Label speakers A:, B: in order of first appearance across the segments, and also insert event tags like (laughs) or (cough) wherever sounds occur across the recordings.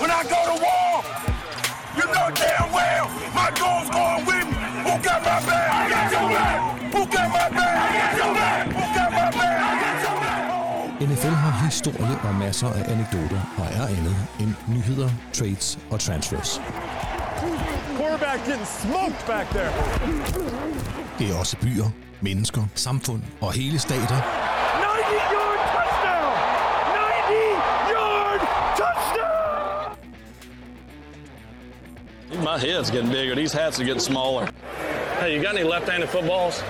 A: when I go to war. You know damn well my goal's going with me. Who got my back? I got your back. Who got my back? I got your back. Who got my back? I got your back.
B: NFL har historie og masser af anekdoter og er andet end nyheder, trades og transfers.
C: Quarterback getting smoked back there.
B: Det er også byer, mennesker, samfund og hele stater,
C: 90-yard touchdown! 90-yard touchdown!
D: My head's getting bigger. These hats are getting smaller. Hey, you got any left-handed footballs?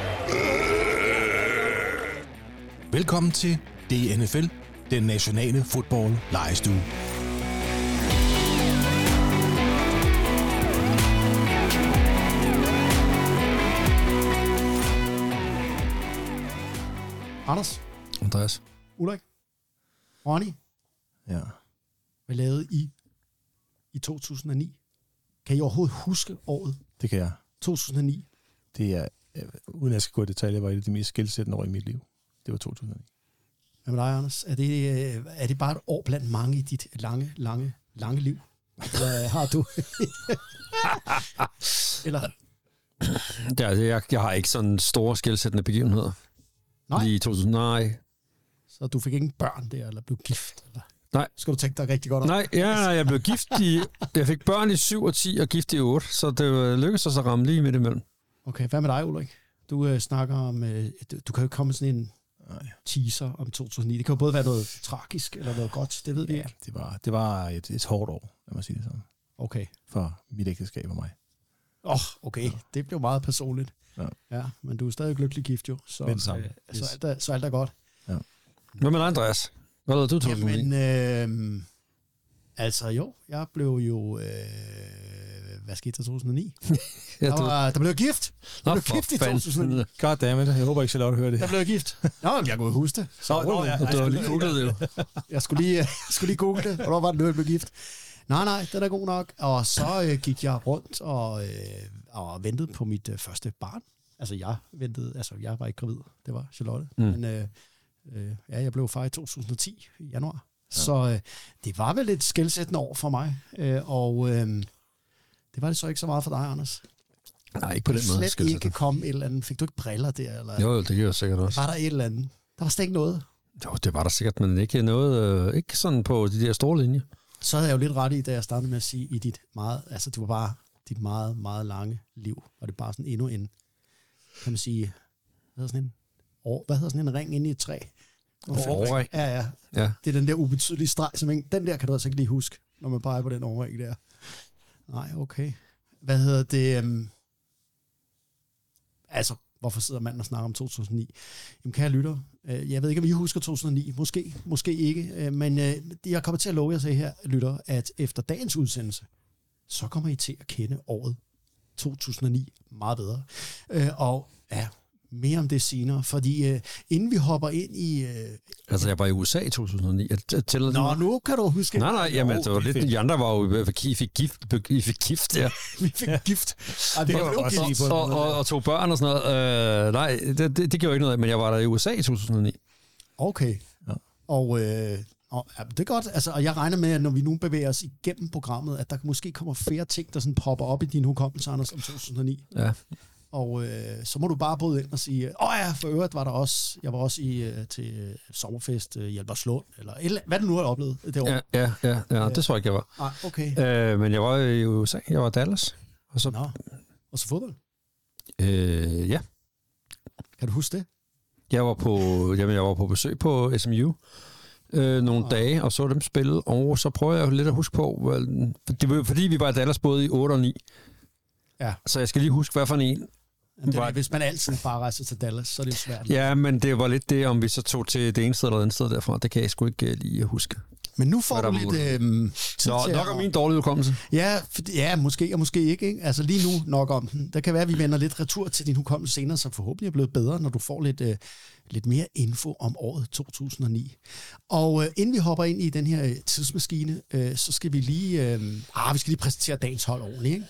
B: Velkommen til DNFL, den nationale fodbold lejestue.
E: Anders,
B: Andreas.
E: Ulrik, Ronny,
B: Ja.
E: hvad lavede I i 2009? Kan I overhovedet huske året
F: Det kan jeg.
E: 2009?
F: Det er, øh, uden at jeg skal gå i detaljer, var et af de mest skældsættende år i mit liv. Det var 2009.
E: Hvad med dig, Anders? Er det, øh, er det bare et år blandt mange i dit lange, lange, lange liv? Hvad har du? (laughs) Eller,
G: Ja, altså, jeg, jeg har ikke sådan store skældsættende begivenheder.
E: Nej.
G: Lige i 2000. Nej.
E: så du fik ikke børn der, eller blev gift? Eller?
G: Nej.
E: Skal du tænke dig rigtig godt om?
G: Nej, ja, nej, jeg blev gift i... Jeg fik børn i 7 og 10 og gift i 8, så det øh, lykkedes os at ramme lige midt imellem.
E: Okay, hvad med dig, Ulrik? Du øh, snakker om, øh, du, du kan jo ikke komme med sådan en
F: Nej.
E: teaser om 2009. Det kan jo både være noget tragisk eller noget godt, det ved vi
F: Ja,
E: ikke.
F: det var, det var et, et hårdt år, lad mig sige det sådan,
E: Okay.
F: for mit ægteskab og mig.
E: Åh, oh, okay. Det blev meget personligt.
F: Ja.
E: ja. men du er stadig lykkelig gift jo, så,
F: Med det samme.
E: øh, så,
F: Yes.
E: alt er, så alt er godt.
G: Hvad med dig, Andreas? Hvad lavede du, Torben?
E: Jamen, øh, altså jo, jeg blev jo, øh, hvad skete der i 2009?
G: (laughs) ja,
E: Der,
G: du,
E: var, der blev jeg gift.
G: Nå,
E: Jeg blev
G: for
E: gift i
G: fanden.
E: 2009.
F: God damn it, jeg håber ikke, Charlotte hører det.
E: Der blev jeg gift. Nå, men jeg kunne huske det. Så
F: nå,
E: rolig.
F: ja.
G: Du har lige googlet det jo.
E: Jeg skulle lige, (laughs) jeg skulle lige google det, hvornår var det nu, jeg blev gift. Nej, nej, den er god nok. Og så øh, gik jeg rundt og, øh, og ventede på mit øh, første barn. Altså jeg ventede, altså jeg var ikke gravid, det var Charlotte. Mm. Men øh, øh, ja, jeg blev far i 2010, i januar. Ja. Så øh, det var vel et skældsættende år for mig. Øh, og øh, det var det så ikke så meget for dig, Anders.
G: Nej, ikke på den måde.
E: Slet ikke
G: skældsættende.
E: kom et eller andet. Fik du ikke briller der? Eller
G: Jo, jo, det gjorde jeg sikkert også.
E: var der et eller andet? Der var slet ikke noget.
G: Jo, det var der sikkert, men ikke noget... Øh, ikke sådan på de der store linjer.
E: så havde jeg jo lidt ret i, da jeg startede med at sige, i dit meget, altså det var bare dit meget, meget lange liv, og det er bare sådan endnu en, kan man sige, hvad hedder sådan en, år, hvad hedder sådan en ring inde i et træ?
G: Årring.
E: Ja, ja.
G: Ja.
E: Det er den der ubetydelige streg, som ingen, den der kan du altså ikke lige huske, når man peger på den overring der. Nej, okay. Hvad hedder det? øhm, Altså, hvorfor sidder manden og snakker om 2009? Jamen, kære lytter, øh, jeg ved ikke, om I husker 2009. Måske, måske ikke. øh, Men øh, jeg kommer til at love jer så her, lytter, at efter dagens udsendelse, så kommer I til at kende året 2009 meget bedre. Øh, Og ja, mere om det senere, fordi øh, inden vi hopper ind i... øh,
G: Altså, jeg var i USA i 2009. Jeg t- tæller det
E: Nå,
G: med?
E: nu kan du huske...
G: Nej, nej, jamen, det var lidt... De andre var jo... I fik gift, I fik gift der.
E: (laughs) Vi fik gift. Ej, det
F: var
E: var
F: også
E: også
F: lige på
E: gift.
F: en
G: og, og, og tog børn og sådan noget. Øh, nej, det, det, det gjorde ikke noget, men jeg var der i USA i 2009.
E: Okay. Ja.
F: Ja.
E: Og, øh, og ja, det er godt. Altså, og jeg regner med, at når vi nu bevæger os igennem programmet, at der måske kommer flere ting, der sådan popper op i din hukommelse, Anders, om 2009.
G: Ja.
E: Og øh, så må du bare bryde ind og sige, åh ja, for øvrigt var der også, jeg var også i, øh, til øh, sommerfest øh, i Alberslund, eller, et eller hvad du nu har oplevet det år.
G: Ja, ja, ja, ja, det tror jeg ikke, jeg var.
E: Nej, okay.
G: Øh, men jeg var i USA, jeg var i Dallas. Og så,
E: Nå. Og så fodbold.
G: øh, ja,
E: Kan du huske det?
G: jeg var, på, jamen, jeg var på besøg på SMU øh, nogle dage, og så dem spille, og så prøver jeg jo lidt at huske på, well, det var jo fordi, vi var i Dallas både i 8 og 9,
E: Ja.
G: så jeg skal lige huske, hvad for en.
E: Men det er,
G: Var-
E: Altså, hvis man altid bare rejser til Dallas, så er det jo svært.
G: Ja, men det var lidt det, om vi så tog til det ene sted eller andet sted derfra, det kan jeg sgu ikke øh, lige huske.
E: Men nu får
G: Hvad
E: du
G: der
E: lidt
G: var-
E: øh, tid
G: Nå,
E: til
G: nok
E: at-
G: om min dårlige hukommelse.
E: Ja, for- ja, måske og måske ikke, ikke. Altså lige nu nok om den. Der kan være, at vi vender lidt retur til din hukommelse senere, som forhåbentlig er blevet bedre, når du får lidt, øh, lidt mere info om året 2009. Og øh, inden vi hopper ind i den her øh, tidsmaskine, øh, så skal vi lige, øh, ah, vi skal lige præsentere dagens hold ordentligt, ikke?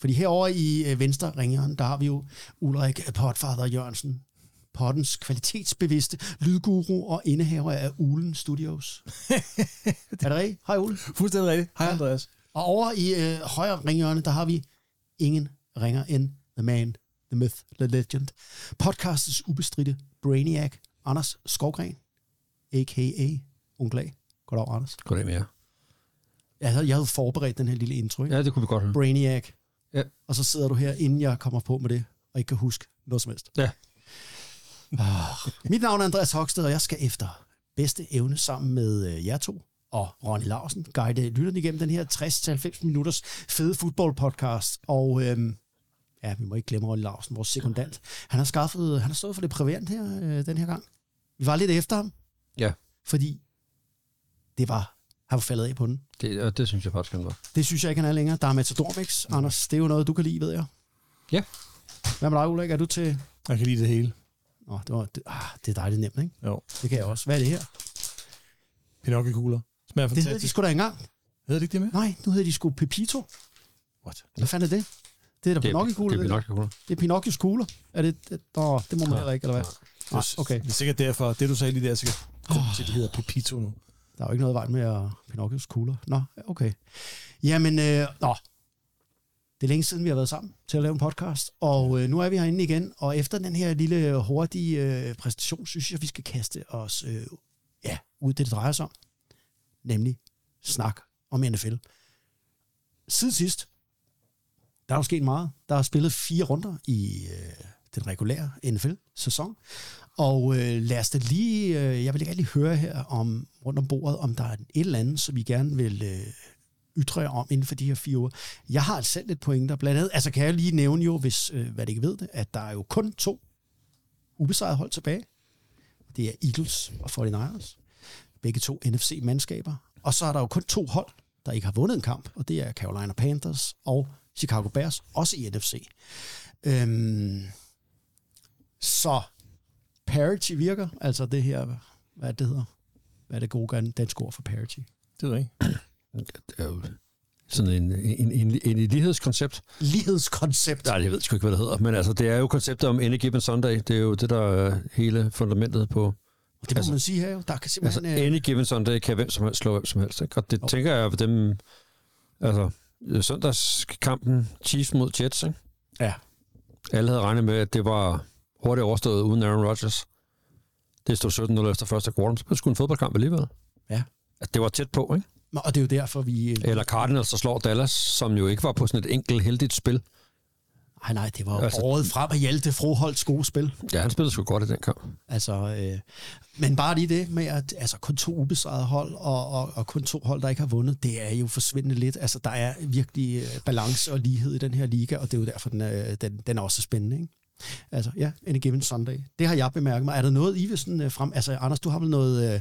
E: Fordi herovre i øh, venstre ringeren, der har vi jo Ulrik Potfather Jørgensen pottens kvalitetsbevidste lydguru og indehaver af Ulen Studios. er det rigtigt? Hej Ole.
F: Fuldstændig rigtigt. Hej,
E: Ja.
F: Andreas.
E: Og over i øh, højre ringhjørne, der har vi ingen ringer end The Man, The Myth, The Legend. Podcastets ubestridte Brainiac, Anders Skovgren, a.k.a. Onkel A. Goddag, Anders.
G: Goddag med jer.
E: Jeg havde, jeg havde forberedt den her lille intro, ikke?
G: Ja, det kunne vi godt høre.
E: Brainiac.
G: Ja.
E: Og så sidder du her, inden jeg kommer på med det, og ikke kan huske noget som helst.
G: Ja.
E: Ah. Mit navn er Andreas Hoksted, og jeg skal efter bedste evne sammen med øh, jer to og Ronny Larsen guide øh, lytterne igennem den her 60-90 minutters fede fodboldpodcast. Og øhm, ja, vi må ikke glemme Ronny Larsen, vores sekundant. Han har, skaffet, han har stået for det private her øh, den her gang. Vi var lidt efter ham.
G: Ja.
E: Fordi det var, han var faldet af på den.
G: Det, og det synes jeg faktisk, han var.
E: Det synes jeg ikke, han er længere. Der er Matadormix. Anders, det er jo noget, du kan lide, ved jeg.
G: Ja.
E: Hvad med dig, Ulrik? Er du til...
F: Jeg kan lide det hele.
E: Nå, det, var, det, ah, det er dejligt nemt, ikke?
F: Jo.
E: Det kan jeg også. Hvad er det her?
F: Pinokkekugler. Smager
E: Det hedder de
F: fantastisk.
E: sgu da engang.
F: Hedder det ikke det med?
E: Nej, nu hedder de sgu Pepito.
F: What?
E: Hvad fanden er det? Det er da Pinocchio-kugler.
G: Det er
E: Det,
G: Pinocchio-kugler.
E: det er Pinocchios kugler. Er det... det nå, det må man heller ikke, eller hvad? Nej, Ah, okay.
F: Det er sikkert derfor. Det, du sagde lige der, er sikkert. Oh. Til, de hedder Pepito nu.
E: Der er jo ikke noget i vejen med at Pinocchios kugler. Nå, okay. Jamen, øh, nå. Det er længe siden, vi har været sammen til at lave en podcast, og øh, nu er vi herinde igen, og efter den her lille hurtige øh, præsentation, synes jeg, vi skal kaste os øh, ja, ud i det, det drejer sig om, nemlig snak om NFL. Siden sidst, der er jo sket meget. Der er spillet fire runder i øh, den regulære NFL-sæson, og øh, lad os da lige, øh, jeg vil gerne lige høre her om, rundt om bordet, om der er et eller andet, som I gerne vil øh, ytre jer om inden for de her fire uger. Jeg har altså selv lidt pointer, blandt andet, altså kan jeg lige nævne jo, hvis øh, hvad det ikke ved det, at der er jo kun to ubesejrede hold tilbage. Det er Eagles og 49ers. Begge to NFC-mandskaber. Og så er der jo kun to hold, der ikke har vundet en kamp, og det er Carolina Panthers og Chicago Bears, også i NFC. Øhm, så parity virker, altså det her, hvad er det, det hedder? Hvad er det gode gan- dansk ord for parity?
F: Det ved jeg ikke.
G: Det er jo sådan en, en, en, en, en lighedskoncept.
E: Lighedskoncept.
G: Nej, jeg ved sgu ikke, hvad det hedder, men altså, det er jo konceptet om Any Given Sunday. Det er jo det, der er hele fundamentet på...
E: Det må altså, man sige her jo. Der kan
G: Altså,
E: simpelthen... øh,
G: Any Given Sunday kan hvem som helst slå hvem som helst. Ikke? Og det okay. tænker jeg på dem... Altså, øh, søndagskampen Chiefs mod Jets, ikke?
E: Ja.
G: Alle havde regnet med, at det var hurtigt overstået uden Aaron Rodgers. Det stod 17-0 efter første kvartal, så blev det sgu en fodboldkamp alligevel.
E: Ja.
G: At det var tæt på, ikke?
E: Nå, og det er jo derfor, vi... øh,
G: Eller Cardinals, der slår Dallas, som jo ikke var på sådan et enkelt heldigt spil.
E: Nej, nej, det var altså,
G: Altså-
E: året frem af Hjalte Froholds gode spil.
G: Ja, han spillede sgu godt i den kamp.
E: Altså, øh, men bare lige det med, at altså, kun to ubesejrede hold og, og, og kun to hold, der ikke har vundet, det er jo forsvindende lidt. Altså, der er virkelig øh, balance og lighed i den her liga, og det er jo derfor, den er, den, den er også så spændende, ikke? Altså, ja, Any Given Sunday. Det har jeg bemærket mig. Er der noget, I vil sådan øh, frem... Altså, Anders, du har vel noget øh,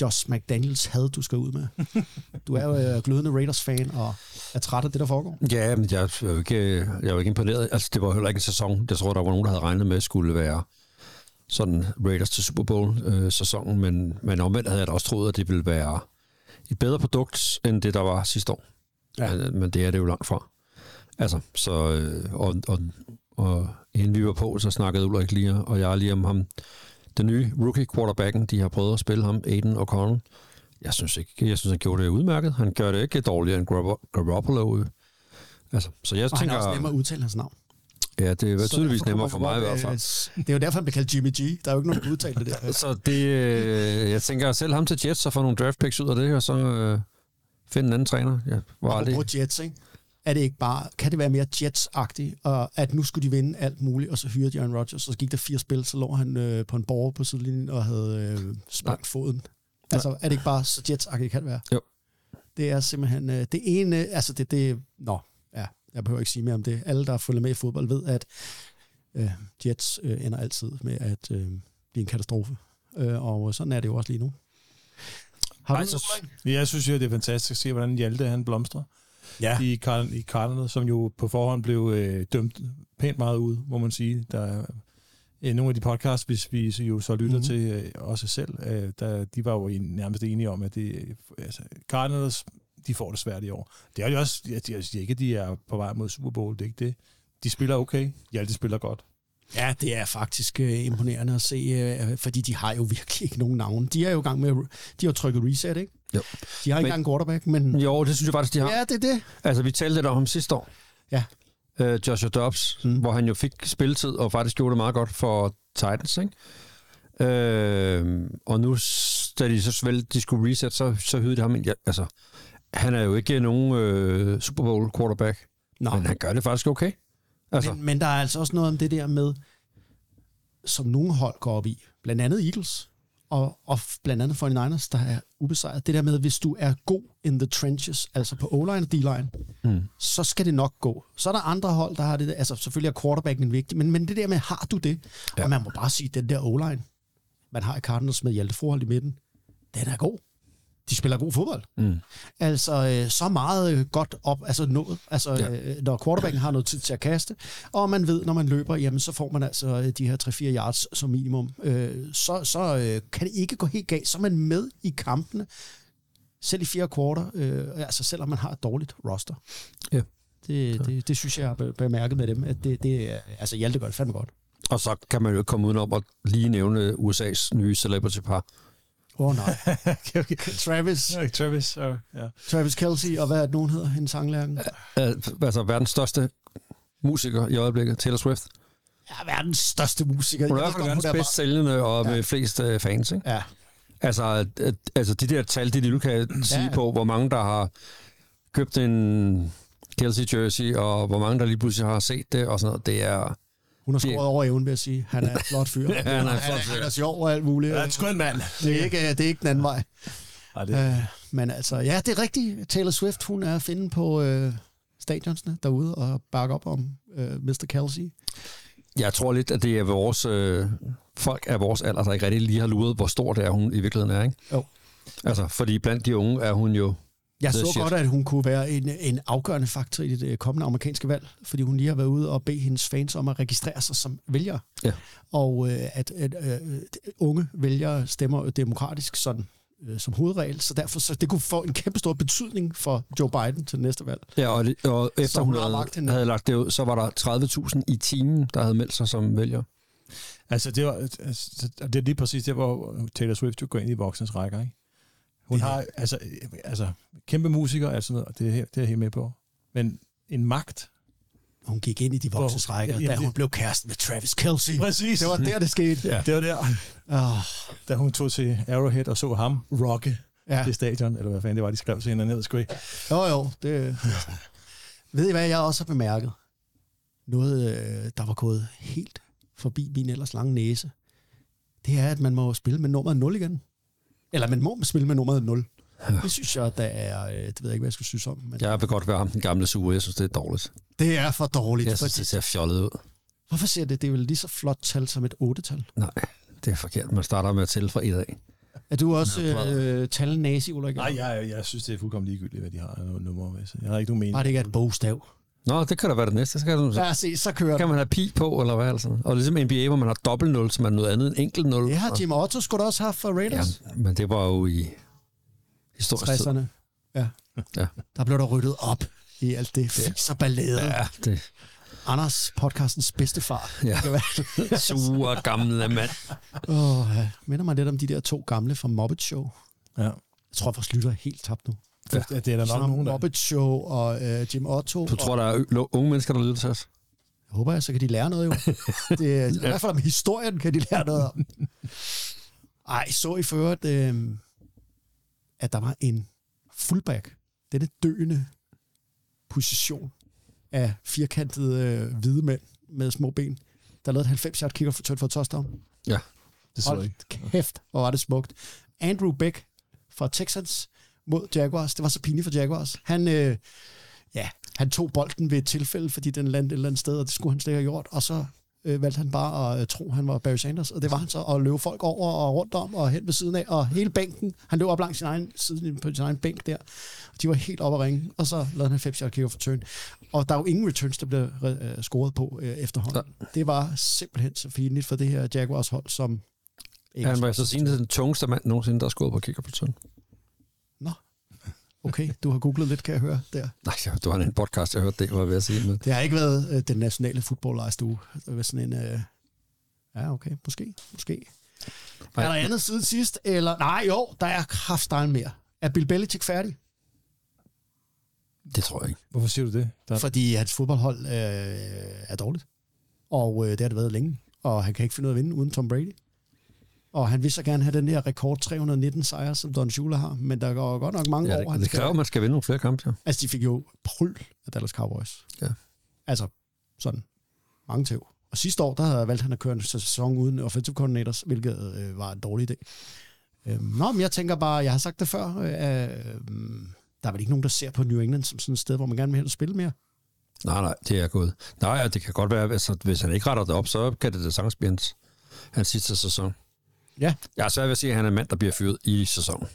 E: Josh McDaniels had, du skal
G: (laughs)
E: ud med? Du er jo øh, glødende Raiders-fan og er træt af det, der foregår.
G: Ja, men jeg er jo ikke, jeg er jo ikke imponeret. Altså, det var heller ikke en sæson. Jeg tror, der var nogen, der havde regnet med, skulle være sådan Raiders til Super Bowl-sæsonen, men, men omvendt havde jeg da også troet, at det ville være et bedre produkt, end det, der var sidste år. Ja. Men, men det er det jo langt fra. Altså, så... øh, Og, og, og inden vi var på, så snakkede Ulrik lige, og jeg lige om ham. Den nye rookie quarterbacken, de har prøvet at spille ham, Aiden O'Connell. Jeg synes ikke, jeg synes, han gjorde det udmærket. Han gør det ikke dårligere end Garop- Garoppolo. øh. Altså, så jeg
E: Og han
G: tænker,
E: er også nemmere at udtale hans navn.
G: ja, det er
E: Så
G: tydeligvis
E: derfor
G: nemmere for
E: kommer
G: mig i
E: han
G: hvert
E: op,
G: fald.
E: øh, Det er jo derfor, han bliver kaldt Jimmy G. Der er jo ikke nogen, der kan udtale det der.
G: (laughs) Så det, øh, jeg tænker selv ham til Jets, så får nogle draft picks ud af det, og så øh, finde en anden træner. Ja, var det.
E: Apropos Jets, ikke? Er det ikke bare, kan det være mere Jets-agtigt, og at nu skulle de vinde alt muligt, og så hyrede Aaron Rodgers, og så gik der fire spil, så lå han øh, på en borger på sidelinjen og havde øh, sprængt foden. Altså, er det ikke bare så Jets-agtigt kan det være?
G: Jo.
E: Det er simpelthen øh, det ene, altså det, det, nå, ja, jeg behøver ikke sige mere om det. Alle, der følger med i fodbold, ved, at øh, Jets øh, ender altid med at øh, blive en katastrofe. Øh, og sådan er det jo også lige nu. Har
F: Ej,
E: du,
F: så- Jeg synes jo, det er fantastisk at se, hvordan Hjalte han blomstrer
E: Ja.
F: i, Card- i Cardinals, som jo på forhånd blev øh, dømt pænt meget ud, må man sige. Der er øh, nogle af de podcasts, hvis vi jo så lytter mm-hmm.
E: Mhm.
F: til øh, også selv, øh, der, de var jo en, nærmest enige om, at det, øh, altså, Cardinals, de får det svært i år. Det er jo også, jeg, jeg siger ikke, at de er på vej mod Super Bowl, det er ikke det. De spiller okay, Hjalte spiller godt.
E: Ja, det er faktisk øh, imponerende at se, øh, fordi de har jo (laughs) virkelig ikke nogen navne. De er jo i gang med, at- de har jo trykket reset, ikke?
G: Jo.
E: De har ikke
G: Men-
E: engang en quarterback, men
G: Jo, det synes jeg faktisk, de har.
E: ja, det er det.
G: Altså, vi talte lidt om ham sidste år.
E: Ja.
G: Øh, Joshua Dobbs, mm. hvor han jo fik spilletid, og faktisk gjorde det meget godt for Titans, ikke? Øh, og nu, s- da de så svæl, de skulle reset, så, så hyrede de ham ind. Ja, altså, han er jo ikke nogen øh, Super Bowl quarterback,
E: Nå,
G: men han gør det faktisk okay. Altså,
E: men, men der er altså også noget om det der med, som nogle hold går op i, blandt andet Eagles, og, og f- blandt andet 49ers, der er ubesejret. Det der med, hvis du er god in the trenches, altså på O-line og D-line, mm. så skal det nok gå. Så er der andre hold, der har det der. Altså selvfølgelig er quarterbacken vigtig, men, men det der med, har du det? Ja. Og man må bare sige, den der O-line, man har i Cardinals med Hjalte Forhold i midten, den er god. De spiller god fodbold.
G: Mm.
E: Altså øh, så meget øh, godt op, altså, nået, altså
G: Ja.
E: ja. øh, når quarterbacken har noget tid til at kaste, og man ved, når man løber, jamen så får man altså øh, de her 3-4 yards som minimum. Øh, så så øh, kan det ikke gå helt galt, så er man med i kampene, selv i fjerde kvarter, øh, altså selvom man har et dårligt roster.
G: Ja.
E: Det, det, det synes jeg har be- bemærket med dem, at det, det er, altså Hjalte gør det fandme godt.
G: og så kan man jo ikke komme udenom at lige nævne USA's nye celebrity-par.
E: Åh oh,
F: (laughs)
E: nej.
F: okay, okay.
E: Travis,
F: Ja, Travis, og, ja.
E: Travis Kelsey, og hvad er det, nogen hedder, hendes sanglærken?
G: Øh, altså, verdens største musiker i øjeblikket, Taylor Swift.
E: Ja, verdens største musiker.
G: Hun er i
E: Jeg
G: hvert
E: ved
G: fald
E: godt,
G: verdens bedst sælgende og med flest øh, fans, ikke?
E: bare- Ja,
G: Altså, at- at- altså de der tal, det de nu kan sige
E: ja.
G: på, hvor mange der har købt en Kelsey jersey, og hvor mange der lige pludselig har set det, og sådan noget, det er...
E: hun har
G: Det-
E: skåret over evnen, vil jeg sige. Han er en flot fyr. ja,
G: han er en flot fyr.
E: Han er sjov og alt muligt.
F: Ja, sgu en mand.
E: Det er ikke, det er ikke den anden vej.
F: Ej, det,
E: Øh, men altså, ja, det er rigtigt. Taylor Swift, hun er at finde på øh, stadionsene derude og bakke op om øh, Mr. Kelsey.
G: Jeg tror lidt, at det er vores... Øh, folk af vores alder, der ikke rigtig lige har luret, hvor stor det er, hun i virkeligheden er, ikke?
E: Jo.
G: Altså, fordi blandt de unge er hun jo...
E: Jeg
G: The
E: så
G: shit.
E: godt, at hun kunne være en, en afgørende faktor i det øh, kommende amerikanske valg, fordi hun lige har været ude og bede hendes fans om at registrere sig som vælgere.
G: Ja.
E: Og øh, at, at øh, unge vælgere stemmer demokratisk sådan øh, som hovedregel, så derfor så det kunne få en kæmpe stor betydning for Joe Biden til næste valg.
G: Ja, og, det- og efter
E: hun
G: hun,
E: har lagt
G: havde,
E: hende.
G: havde lagt det ud, så var der 30.000 i timen, der havde meldt sig som vælger.
F: altså, det, var, altså, det er lige præcis der, hvor Taylor Swift jo går ind i voksnes rækker, ikke? Hun har altså, øh, altså kæmpe musikere og sådan noget, og det er, jeg- det er jeg helt med på. Men en magt.
E: Hun gik ind i de voksnes rækker,
F: Jamen,
E: da hun
F: det-
E: blev kæresten med Travis Kelsey.
F: Præcis.
E: Det var der, det skete.
F: Ja. Det var der, Ah.
E: Oh,
F: da hun tog til Arrowhead og så ham rocke
E: ja.
F: ja. det stadion, eller hvad fanden det var, de skrev til hende ned, sgu ikke.
E: Jo, jo. Det... Ved I, hvad jeg også har bemærket? Noget, øh, der var gået helt forbi min ellers lange næse. Det er, at man må spille med nummeret 0 igen. Eller man må spille med nummeret 0. Det synes jeg, der er... øh, Det ved jeg ikke, hvad jeg skulle synes om. Men ja.
G: Jeg vil godt være ham, den gamle sure. Jeg synes, det er dårligt.
E: Det er for dårligt.
G: Jeg
E: for,
G: synes, det ser fjollet ud.
E: Hvorfor ser det? Det er vel lige så flot tal som et 8-tal.
G: Nej, det er forkert. Man starter med at tælle fra et af.
E: Er du også
G: klar.
E: øh, tal næse, Ulrik?
F: Nej, jeg, jeg synes, det er fuldkommen ligegyldigt, hvad de har af numre. Altså. Jeg har ikke nogen mening.
E: Bare det ikke er et bogstav.
G: Nå, det kan da være det næste. Så kan, du, så
E: Ja, se, så kører det.
G: kan man have pi på, eller hvad altså. Og ligesom NBA, hvor man har dobbelt nul, som er noget andet end enkelt nul.
E: Det har
G: Og-
E: Jim Otto skulle da også haft for
G: ja,
E: Raiders.
G: men det var jo i historisk tid.
E: 60'erne. Ja.
G: Ja.
E: Der blev der ryddet op i alt det fis og ballade. Ja.
G: Ja, det
E: Anders, podcastens
F: (laughs)
E: bedstefar.
G: Ja.
E: Det kan være-
G: sure gamle mand.
E: Åh, ja. minder mig lidt om de der to gamle fra Muppet Show.
F: Ja.
E: Jeg tror, vores lytter er helt tabt nu.
F: Ja. Det er der nok
E: Sådan
F: nogen, der...
E: Muppet Show og øh, Jim Otto.
G: Du
E: og,
G: tror, der er ø- unge mennesker, der lytter til os?
E: jeg håber jeg, så kan de lære noget jo. Det, er- I hvert fald om historien kan de lære noget om. Ej, så I ført, øh, at der var en fullback. Denne døende position af firkantede øh, hvide mænd med små ben, der lavede et 90 yard kicker for tødt for et touchdown.
F: Det så jeg
E: Hold
F: ikke.
E: kæft, hvor var det smukt. Andrew Beck fra Texans mod Jaguars. Det var så pinligt for Jaguars. Han, øh, ja, han tog bolden ved et tilfælde, fordi den landede et eller andet sted, og det skulle han slet ikke have gjort. Og så øh, valgte han bare at øh, tro, han var Barry Sanders. Og det var han så, og løb folk over og rundt om og hen ved siden af. Og hele bænken, han løb op langs sin egen side på sin egen bænk der. Og de var helt oppe at ringe, og så lavede han 5 yard kicker for turn. Og der er jo ingen returns, der blev øh, scoret på øh, efterhånden. Det var simpelthen så pinligt for det her Jaguars hold, som ikke
G: Han var så siden den tungeste mand nogensinde, der har skåret på kicker på tønden.
E: Okay, du har googlet lidt, kan jeg høre der.
G: Nej, (laughs) ja, det var en podcast, jeg hørte det, var jeg ved at sige. Men
E: Det har ikke været øh, den nationale fodboldlejstue. Det var sådan en øh, Ja, okay. Måske. Måske. Er der andet siden sidst? Eller? Nej, jo, der er kraftstein mere. Er Bill Belichick færdig?
G: Det tror jeg ikke.
F: Hvorfor siger du det? Der,
E: Fordi hans fodboldhold øh, er dårligt. Og øh, det har det været længe. Og han kan ikke finde ud af at vinde uden Tom Brady. Og han vil så gerne have den her rekord 319 sejre, som Don Shula har. Men der går godt nok mange
G: Ja,
E: ja, år,
G: det,
E: han
G: det
E: skal
G: kræver, at man skal vinde nogle flere kampe, ja.
E: Altså, de fik jo pryl af Dallas Cowboys.
G: Ja.
E: Altså, sådan. Mange tæv. Og sidste år, der havde jeg valgt, at han at køre en sæson uden offensive coordinators, hvilket øh, var en dårlig idé. Øhm, nå, men jeg tænker bare, jeg har sagt det før, øh, øh, der er vel ikke nogen, der ser på New England som sådan et sted, hvor man gerne vil hen og spille mere.
G: Nej, nej, det er gået. Nej, og det kan godt være, altså, hvis han ikke retter det op, så kan det da sagtens blive hans, hans sidste sæson.
E: Ja.
G: Jeg er svært ved at sige, at han er en mand, der bliver fyret i sæsonen.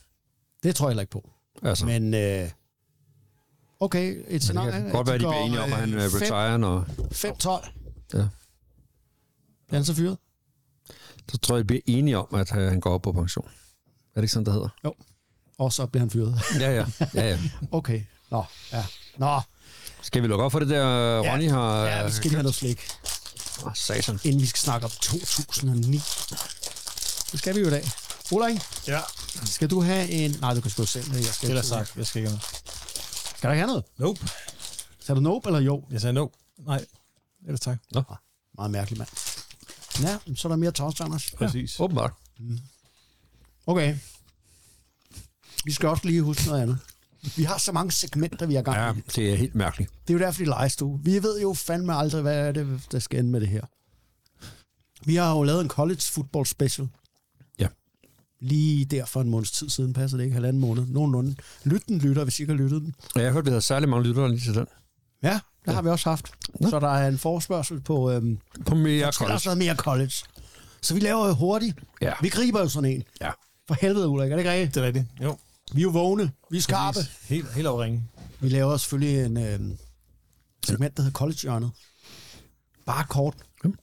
E: Det tror jeg heller ikke på.
G: Altså, Men,
E: Men øh, okay, et
G: det
E: scenarie.
G: kan godt være, at de bliver enige om, at han øh, retire, når...
E: 5-12.
G: Ja.
E: Bliver han så fyret?
G: Så tror jeg, de bliver enige om, at øh, han går op på pension. Er det ikke sådan, det hedder?
E: Og så bliver han fyret. (laughs)
G: Ja, ja. ja, ja.
E: Okay. Nå, ja. Nå,
G: Skal vi lukke op for det der, øh,
E: Ja.
G: Ronny har...
E: ja, vi skal lige have noget slik.
G: Åh, Satan.
E: inden vi skal snakke om 2009. Det skal vi jo i dag. Ola,
F: ja,
E: skal du have en... Nej, du kan sgu selv. Jeg skal,
F: ellers sagt, jeg skal ikke have noget.
E: Skal du ikke have noget?
F: Nope.
E: Sagde du nope eller jo?
F: Jeg sagde no. Nej, ellers tak.
E: Meget mærkelig mand. Ja, men så er der mere tost, Anders.
F: Præcis. Ja.
G: Åbenbart.
E: Okay. Vi skal også lige huske noget andet. Vi har så mange segmenter, vi har gang i.
G: Ja, det er helt mærkeligt.
E: Det er jo derfor, de legestue. Vi ved jo fandme aldrig, hvad er det, der skal ende med det her. Vi har jo lavet en college football special.
G: Ja.
E: Lige der for en måneds tid siden, passer det ikke, halvanden måned, nogenlunde. Lyt den lytter, hvis I ikke har lyttet den.
G: Og jeg har hørt, vi havde særlig mange lyttere lige til den.
E: Ja, det ja. har vi også haft. Ja. Så der er en forspørgsel på, øhm,
G: På mere
E: skal der også
G: college.
E: noget mere college? Så vi laver jo hurtigt.
G: Ja.
E: Vi griber jo sådan en.
G: Ja.
E: For helvede, Ulrik, er det ikke rigtigt?
F: Det er rigtigt. Jo.
E: Vi er jo vågne. Vi er skarpe.
F: Helt, helt opringen.
E: Vi laver selvfølgelig en øh, segment, der hedder College-hjørnet. Bare kort.
G: Mm.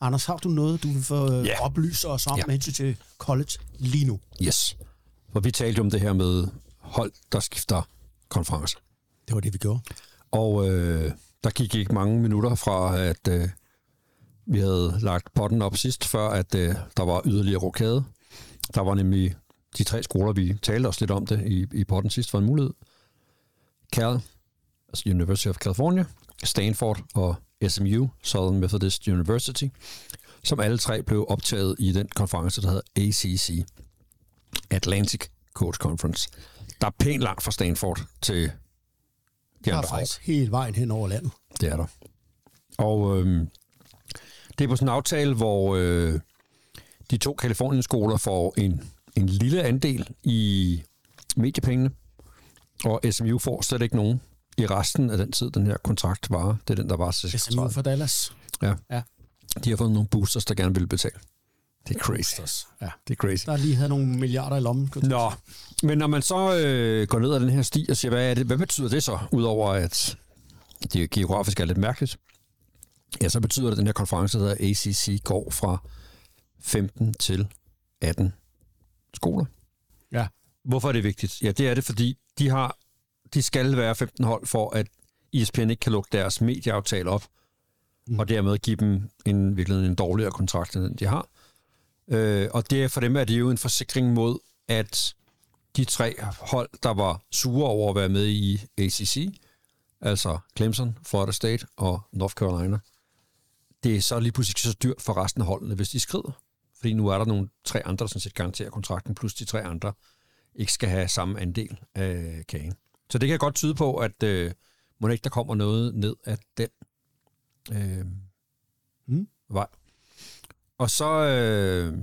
E: Anders, har du noget, du vil få øh,
G: Ja.
E: yeah. oplyse os om
G: Ja.
E: yeah. med hensyn til college lige nu?
G: Yes. For vi talte jo om det her med hold, der skifter konference.
E: Det var det, vi gjorde.
G: Og øh, der gik ikke mange minutter fra, at øh, vi havde lagt potten op sidst, før at øh, der var yderligere rokade. Der var nemlig de tre skoler, vi talte også lidt om det i, i potten sidst, for en mulighed. Cal, altså University of California, Stanford og SMU, Southern Methodist University, som alle tre blev optaget i den konference, der hedder ACC, Atlantic Coach Conference. Der er pænt langt fra Stanford til de
E: Der er
G: andre hold.
E: faktisk altså hele vejen hen over landet.
G: Det er der. Og øh, det er på sådan en aftale, hvor øh, de to Kalifornien-skoler får en, en lille andel i mediepengene, og SMU får slet ikke nogen i resten af den tid, den her kontrakt varer. Det er den, der var til
E: SMU
G: 36.
E: Altså, for Dallas.
G: De har fået nogle boosters, der gerne vil betale. Det er crazy.
E: Ja.
G: Det er crazy.
E: Der lige havde nogle milliarder i lommen.
G: Nå, men når man så øh, går ned ad den her sti og siger, hvad, er det, hvad betyder det så, udover at det geografisk er lidt mærkeligt? Ja, så betyder det, at den her konference, der hedder ACC, går fra 15 til 18 skoler.
E: Ja.
G: Hvorfor er det vigtigt? Ja, det er det, fordi de, har, de skal være 15 hold for, at E ESPN ikke kan lukke deres medieaftale op, mm. og dermed give dem en, virkelig en dårligere kontrakt, end den de har. Øh, og det er for dem er det jo en forsikring mod, at de tre hold, der var sure over at være med i ACC, altså Clemson, Florida State og North Carolina, det er så lige pludselig ikke så dyrt for resten af holdene, hvis de skrider. Fordi nu er der nogle tre andre, der sådan set garanterer kontrakten, plus de tre andre ikke skal have samme andel af kagen. Så det kan godt tyde på, at øh, må ikke der kommer noget ned af den øh,
E: Mm.
G: mm. vej. Og så, øh,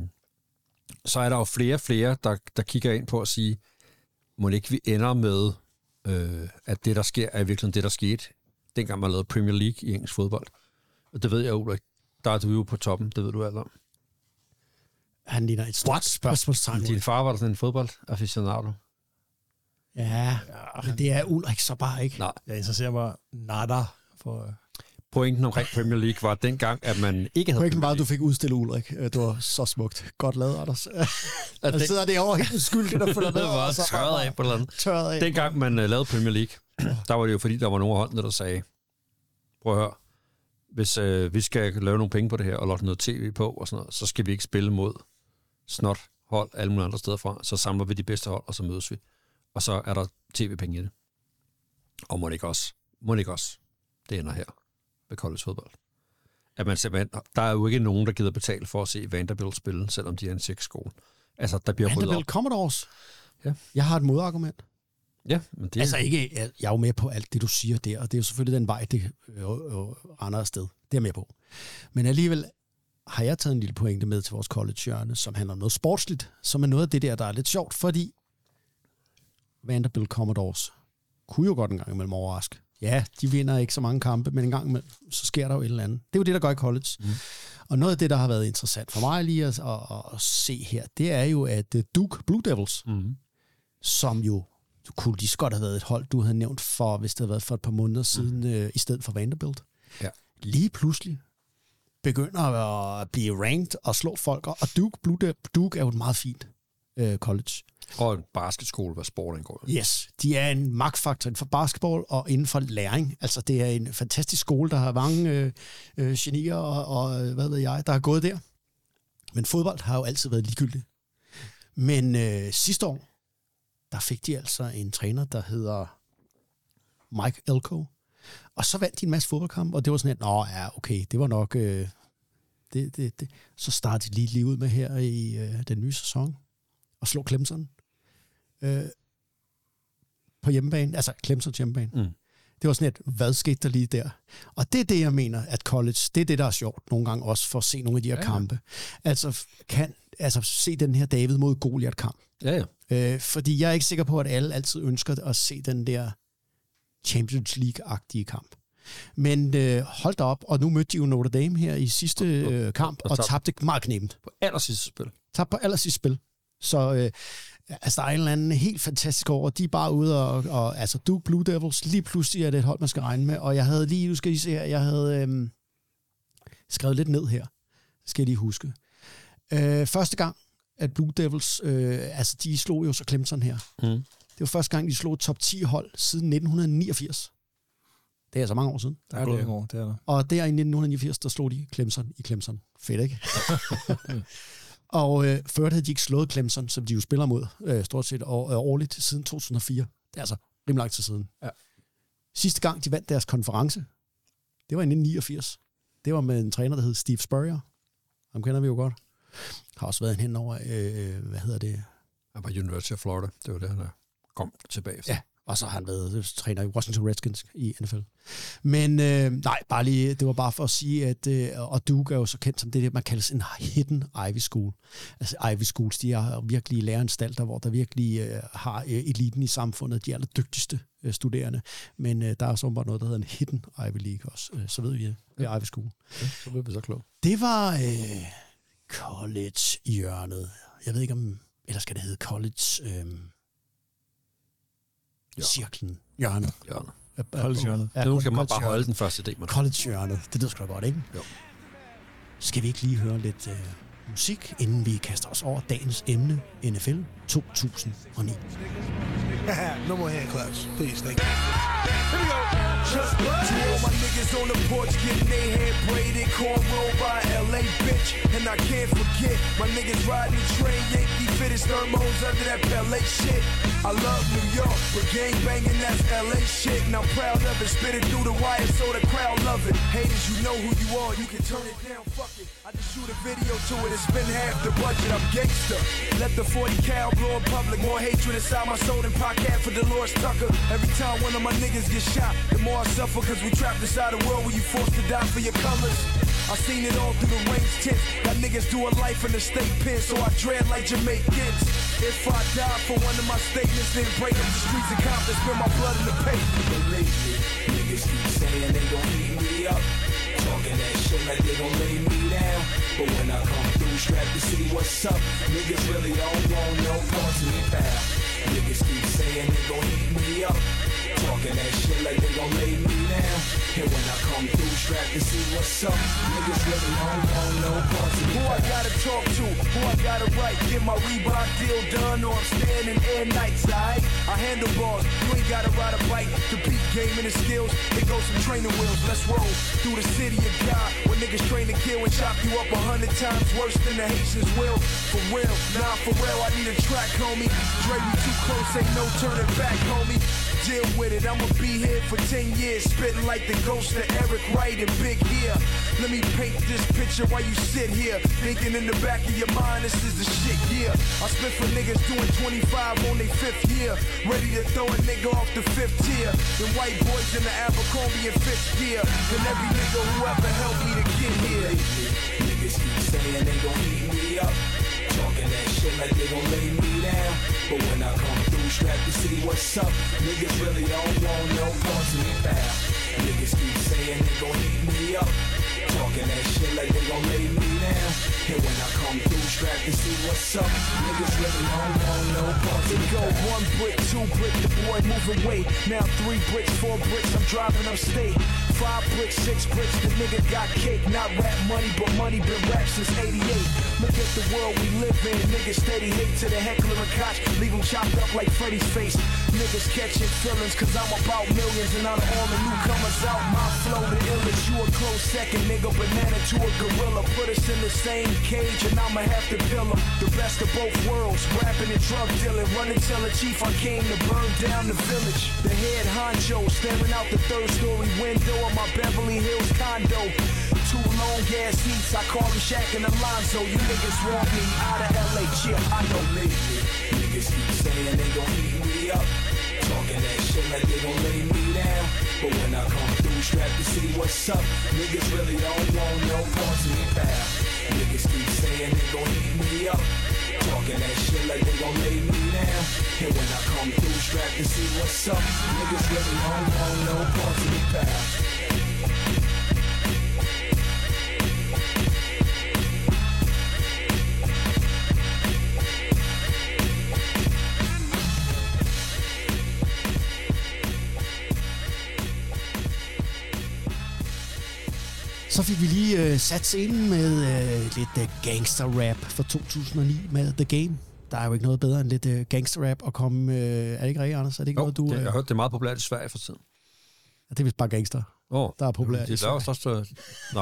G: så er der jo flere og flere, der, der kigger ind på at sige, må ikke vi ender med, øh, at det, der sker, er i virkeligheden det, der skete, dengang man lavede Premier League i engelsk fodbold. Og det ved jeg, Ulrik. Der er du jo på toppen, det ved du alt om.
E: Han ligner et stort spørgsmålstegn.
G: Din far var da sådan en fodboldaficionado.
E: Ja, men det er Ulrik så bare ikke.
G: Nej.
F: Jeg interesserer mig nada for... øh,
G: Pointen omkring Premier League var dengang, at man ikke havde...
E: Pointen var, at du fik udstillet Ulrik. Øh, Det var så smukt. Godt lavet,
G: (laughs)
E: Anders.
G: at
E: Han
G: den,
E: sidder derovre helt skyldig, der følger med.
G: Altså, (laughs) det var
E: og så-
G: tørret af på et eller andet.
E: Tørret af.
G: Dengang øh, (clears throat) man uh, lavede Premier League, der var det jo fordi, der var nogle af holdene, der sagde, prøv at høre, hvis øh, vi skal lave nogle penge på det her, og lokke noget tv på og sådan noget, så skal vi ikke spille mod snot, hold, alle mulige andre steder fra. Så samler vi de bedste hold, og så mødes vi. Og så er der tv-penge i det. Og må det ikke også, må det ikke også, det ender her ved college fodbold. At man simpelthen, der er jo ikke nogen, der gider betale for at se Vanderbilt spille, selvom de er en sexskole. Altså, der bliver ryddet op.
E: Vanderbilt Commodores.
G: Ja.
E: Jeg har et modargument.
G: Ja, men det,
E: Altså ikke, jeg jeg er jo med på alt det, du siger der, og det er jo selvfølgelig den vej, det øh, øh, render afsted. Det er jeg med på. Men alligevel har jeg taget en lille pointe med til vores college-hjørne, som handler om noget sportsligt, som er noget af det der, der er lidt sjovt, fordi Vanderbilt Commodores kunne jo godt en gang imellem overraske. Ja, de vinder ikke så mange kampe, men en gang imellem, så sker der jo et eller andet. Det er jo det, der gør i college. Mm. Og noget af det, der har været interessant for mig lige at, at, at se her, det er jo, at øh, Duke Blue Devils, mm. som jo kunne lige så godt have været et hold, du havde nævnt for, hvis det havde været for et par måneder siden, mm. øh, i stedet for Vanderbilt.
G: Ja.
E: Lige pludselig begynder at blive ranked og slå folk, og og Duke, Blue Devil, Duke er jo et meget fint øh, college.
G: og en basketskole, hvad sport angår.
E: Yes, de er en magtfaktor inden for basketball og inden for læring. Altså, det er en fantastisk skole, der har mange øh, øh, genier og, og øh, hvad ved jeg, der har gået der. Men fodbold har jo altid været ligegyldigt. Men øh, sidste år, der fik de altså en træner, der hedder Mike Elko. Og så vandt de en masse fodboldkampe, og det var sådan, at nå ja, okay, det var nok... Øh, det, det, det. Så startede de lige, lige ud med her i øh, den nye sæson og slog Clemson øh, på hjemmebane, altså Clemsons hjemmebane. Mm. Det var sådan et, hvad skete der lige der? Og det er det, jeg mener, at college, det er det, der er sjovt nogle gange også, for at se nogle af de her ja, kampe. Altså, f- kan, altså se den her David mod Goliath-kamp.
G: Ja, ja.
E: Øh, fordi jeg er ikke sikker på, at alle altid ønsker at se den der Champions League-agtige kamp. Men øh, hold da op, og nu mødte de jo Notre Dame her i sidste øh, kamp, og,
G: og tabte.
E: tabte meget knemt
G: På allersidste spil.
E: tabt på allersidst spil. Så øh, altså, der er en eller anden helt fantastisk over. De er bare ude og, og altså, Duke Blue Devils, lige pludselig er det et hold, man skal regne med. Og jeg havde lige, nu skal I se her, jeg havde øh, skrevet lidt ned her. Det skal jeg lige huske. Øh, første gang, at Blue Devils, øh, altså de slog jo så Clemson her. Mm. Det var første gang, de slog et top 10 hold siden 1989. Det er altså mange år siden.
F: Der er gået nogle år, det er der.
E: Og der i 1989, der slog de Clemson i Clemson. Fedt, ikke? og øh, før havde de ikke slået Clemson, som de jo spiller mod øh, stort set år, øh, årligt siden 2004. Det er altså rimelig lang tid siden.
F: Ja.
E: Sidste gang, de vandt deres konference, det var i 1989. Det var med en træner, der hed Steve Spurrier. Ham kender vi jo godt. Har også været en hen over, øh, hvad hedder det?
G: Han var University of Florida. Det var det, han øh, kom tilbage efter.
E: Ja, og så har han været øh, træner i Washington Redskins i NFL. Men øh, nej, bare lige, det var bare for at sige, at øh, og Duke er jo så kendt som det, der man kalder en hidden Ivy School. Altså Ivy Schools, de er virkelig læreranstalter, hvor der virkelig øh, har øh, eliten i samfundet, de allerdygtigste øh, studerende. Men øh, der er så åbenbart noget, der hedder en hidden Ivy League også. Øh, så ved vi, det. det er Ivy School.
G: Så blev vi så kloge.
E: Det var øh, college-hjørnet. Jeg ved ikke om, eller skal det hedde college... Øh, cirklen. Hjørnet.
G: Jørgen.
F: College-hjørnet.
E: Ja,
G: Nu skal man bare
E: college-hjørnet.
G: holde den første idé, man har.
E: College-hjørnet. Det lyder sgu da godt, ikke?
G: Jo.
E: Skal vi ikke lige høre lidt øh, musik, inden vi kaster os over dagens emne, NFL 2009?
H: no more hand claps, please. Thank you. Here we go. Just to all my niggas on the porch getting their hair braided, cornrow by LA bitch. And I can't forget my niggas riding the train, Yankee fittest thermos under that ballet shit. I love New York, but gang banging that's LA shit. And I'm proud of it. Spit it through the wire so the crowd love it. Haters, you know who you are, you can turn it down, fuck it. I just shoot a video to it, it's been half the budget. I'm gangster. Let the 40 cal blow in public. More hatred inside my soul than podcast for Dolores Tucker. Every time one of my niggas get shot, the more I suffer, cause we trapped inside a world where you forced to die for your colors. I seen it all through the range tents. Got niggas doing life in the state pen, so I dread like Jamaicans. If I die for one of my statements, then break up the streets and cops and spill my blood in the pavement. Believe me, niggas keep saying they gon' eat me up. Talking that shit like they gon' lay me down. But when I come through, strap to see what's up. Niggas really don't want no parts of me, pal. Niggas keep saying they gon' heat me up. Talking that shit like they gon' lay me down. And when I come through, strap to see what's up. Niggas living Hong Kong, no parts of Who I gotta talk to? Who I gotta write? Get my Reebok deal done or I'm standing air nights, aight? I handle bars, you ain't gotta ride a bike. The peak game and the skills, it goes some training wheels. Let's roll through the city of God. Where niggas train to kill and chop you up a hundred times worse than the Haitians will. For real, nah, for real, I need a track, homie. Dre, you too close, ain't no turning back, homie. Deal with it, I'ma be here for 10 years, spitting like the ghost of Eric Wright and Big Ear. Let me paint this picture while you sit here, thinking in the back of your mind, this is the shit year. I spit for niggas doing 25 on their fifth year, ready to throw a nigga off the fifth tier. And white boys in the Abercrombie and fifth gear, and every nigga who ever helped me to get here. Niggas keep saying they gon' eat me up. Talking that shit like they gon' lay me down. But when I come through, strap to see what's up. Niggas really don't want no parts of me back. Niggas keep saying they gon' eat me up. Talking that shit like they gon' lay me down. And when I come through, strap to see what's up. Niggas really don't want no parts of me go one brick, two brick, the boy moving weight. Now three bricks, four bricks, I'm driving upstate. Five bricks, six bricks, the nigga got cake. Not rap money, but money been rap since 88. Look at the world we live in. Niggas steady hate to the heckler and cotch. Leave 'em chopped up like Freddy's face. Niggas catching feelings, cause I'm about millions. And out of all the newcomers out, my flow the illest. You a close second, nigga. Banana to a gorilla. Put us in the same cage, and I'ma have to pill 'em. The best of both worlds, rapping and drug dealing. Run and tell the chief I came to burn down the village. The head honcho, staring out the third story window of my Beverly Hills condo. Two long ass seats, I call them Shaq and Alonzo. You niggas want me out of LA, yeah, I know me. Niggas keep saying they gon' eat me up. Talking that shit like they gon' lay me down. But when I come through, strap to see what's up. Niggas really don't want no parts of me, pal. Niggas keep saying they gon' eat me up. Talking that shit like they gon' lay me down. And when I come through, strap to see what's up. Niggas really don't want no parts of me, pal.
E: Så fik vi lige øh, sat scenen med øh, lidt øh, gangster-rap fra 2009 med The Game. Der er jo ikke noget bedre end lidt øh, gangster-rap at komme... Øh, er det ikke rigtigt, Anders? Er det ikke
G: Jo,
E: noget, du...
G: det,
E: Øh,
G: jeg hørte, det er meget populært i Sverige for tiden.
E: det er vist bare gangster.
G: Oh,
E: Der er populært i
G: Det er
E: Sverige.
G: også også... Nå,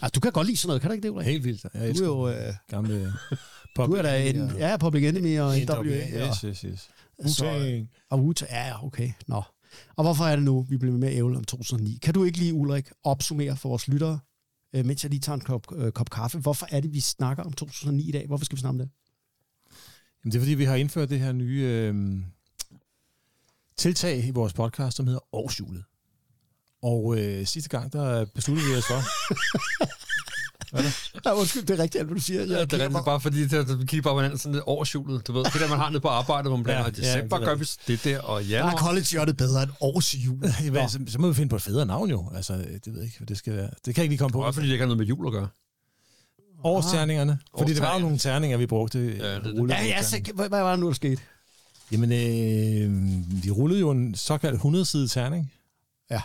E: Altså, du kan godt lide sådan noget, kan du ikke det, Ulrik?
F: Helt vildt. Jeg
E: Du
F: elsker
E: er jo... Øh,
F: gamle...
E: du er da en... Ja, Public Enemy og NWA. Ja,
F: Yes, yes, yes.
E: Så-
F: Wu-Tang.
E: Og Uta, ja, ja, okay. Nå. Og hvorfor er det nu, vi bliver med ævle om 2009? Kan du ikke lige, Ulrik, opsummere for vores lyttere, øh, mens jeg lige tager en kop, øh, kop kaffe? Hvorfor er det, vi snakker om 2009 i dag? Hvorfor skal vi snakke om det?
F: Jamen, det er fordi, vi har indført det her nye øh, tiltag i vores podcast, som hedder Årshjulet. Og øh, sidste gang, der besluttede vi os
G: (laughs)
F: for...
E: Ja, undskyld, det er rigtigt alt, hvad du siger. Jeg
G: ja, det er rigtigt, bare fordi, det, det- vi kigger bare på hinanden sådan lidt årsjulet, du ved. Det der, man har nede på arbejdet, hvor man blander
F: Ja,
G: ja, i december,
F: ja,
G: ja,
F: det er
G: gør vi det der, og
E: Der
G: januar.
E: er college bedre end Aarhus jul.
F: Hvad, så, så må vi finde på et federe navn jo. Altså, øh, det ved jeg ikke, hvad det skal være. Det kan jeg ikke lige komme på.
G: Også fordi det ikke har noget med jul at gøre.
F: Årsterningerne. Fordi det var jo
G: Årsterningerne.
F: nogle terninger, vi brugte.
G: Ja, det er det.
E: Ja, ja, så, hvad, hvad var det nu, der skete?
F: Jamen, øh, vi rullede jo en såkaldt 100-side terning.
E: Ja.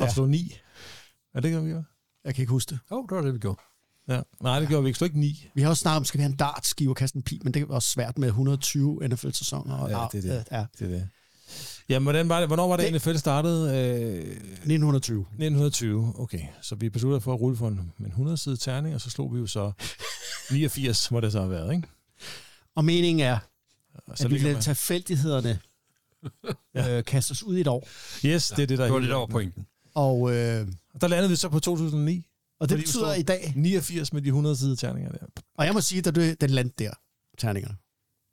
F: og
E: Ja.
F: slog 9. Er det ikke, hvad vi gjorde?
E: Jeg kan ikke huske det.
G: Jo, oh, det var det, vi gjorde.
F: Ja. Nej, det gjorde vi ikke. Slog ikke 9.
E: Vi har også snakket om, skal vi have en dartskive og kaste en pil, men det er også svært med 120 NFL-sæsoner. Og,
F: Ja, det er det.
E: Ja,
F: Det er det. Jamen, hvordan var det? hvornår var det,
E: Det-
F: det... NFL startede? Øh,
E: 1920.
F: 1920. Okay, så vi besluttede for at rulle for en, en 100-side terning, og så slog vi jo så 89, må det så have været, ikke?
E: Og meningen er,
F: Og så
E: at vi
F: ligger
E: lader tilfældighederne øh, kaste os ud i et år.
F: man- Yes, det er det, der
G: Det
F: er
G: var
F: hele
G: lidt over
F: verden.
G: pointen.
E: Og, øh,
F: Der landede vi så på 2009.
E: og det
F: Fordi vi
E: betyder
F: står-
E: i dag,
F: 89 med de 100-side terninger der.
E: Og jeg må sige, at det- den landte der, terningerne.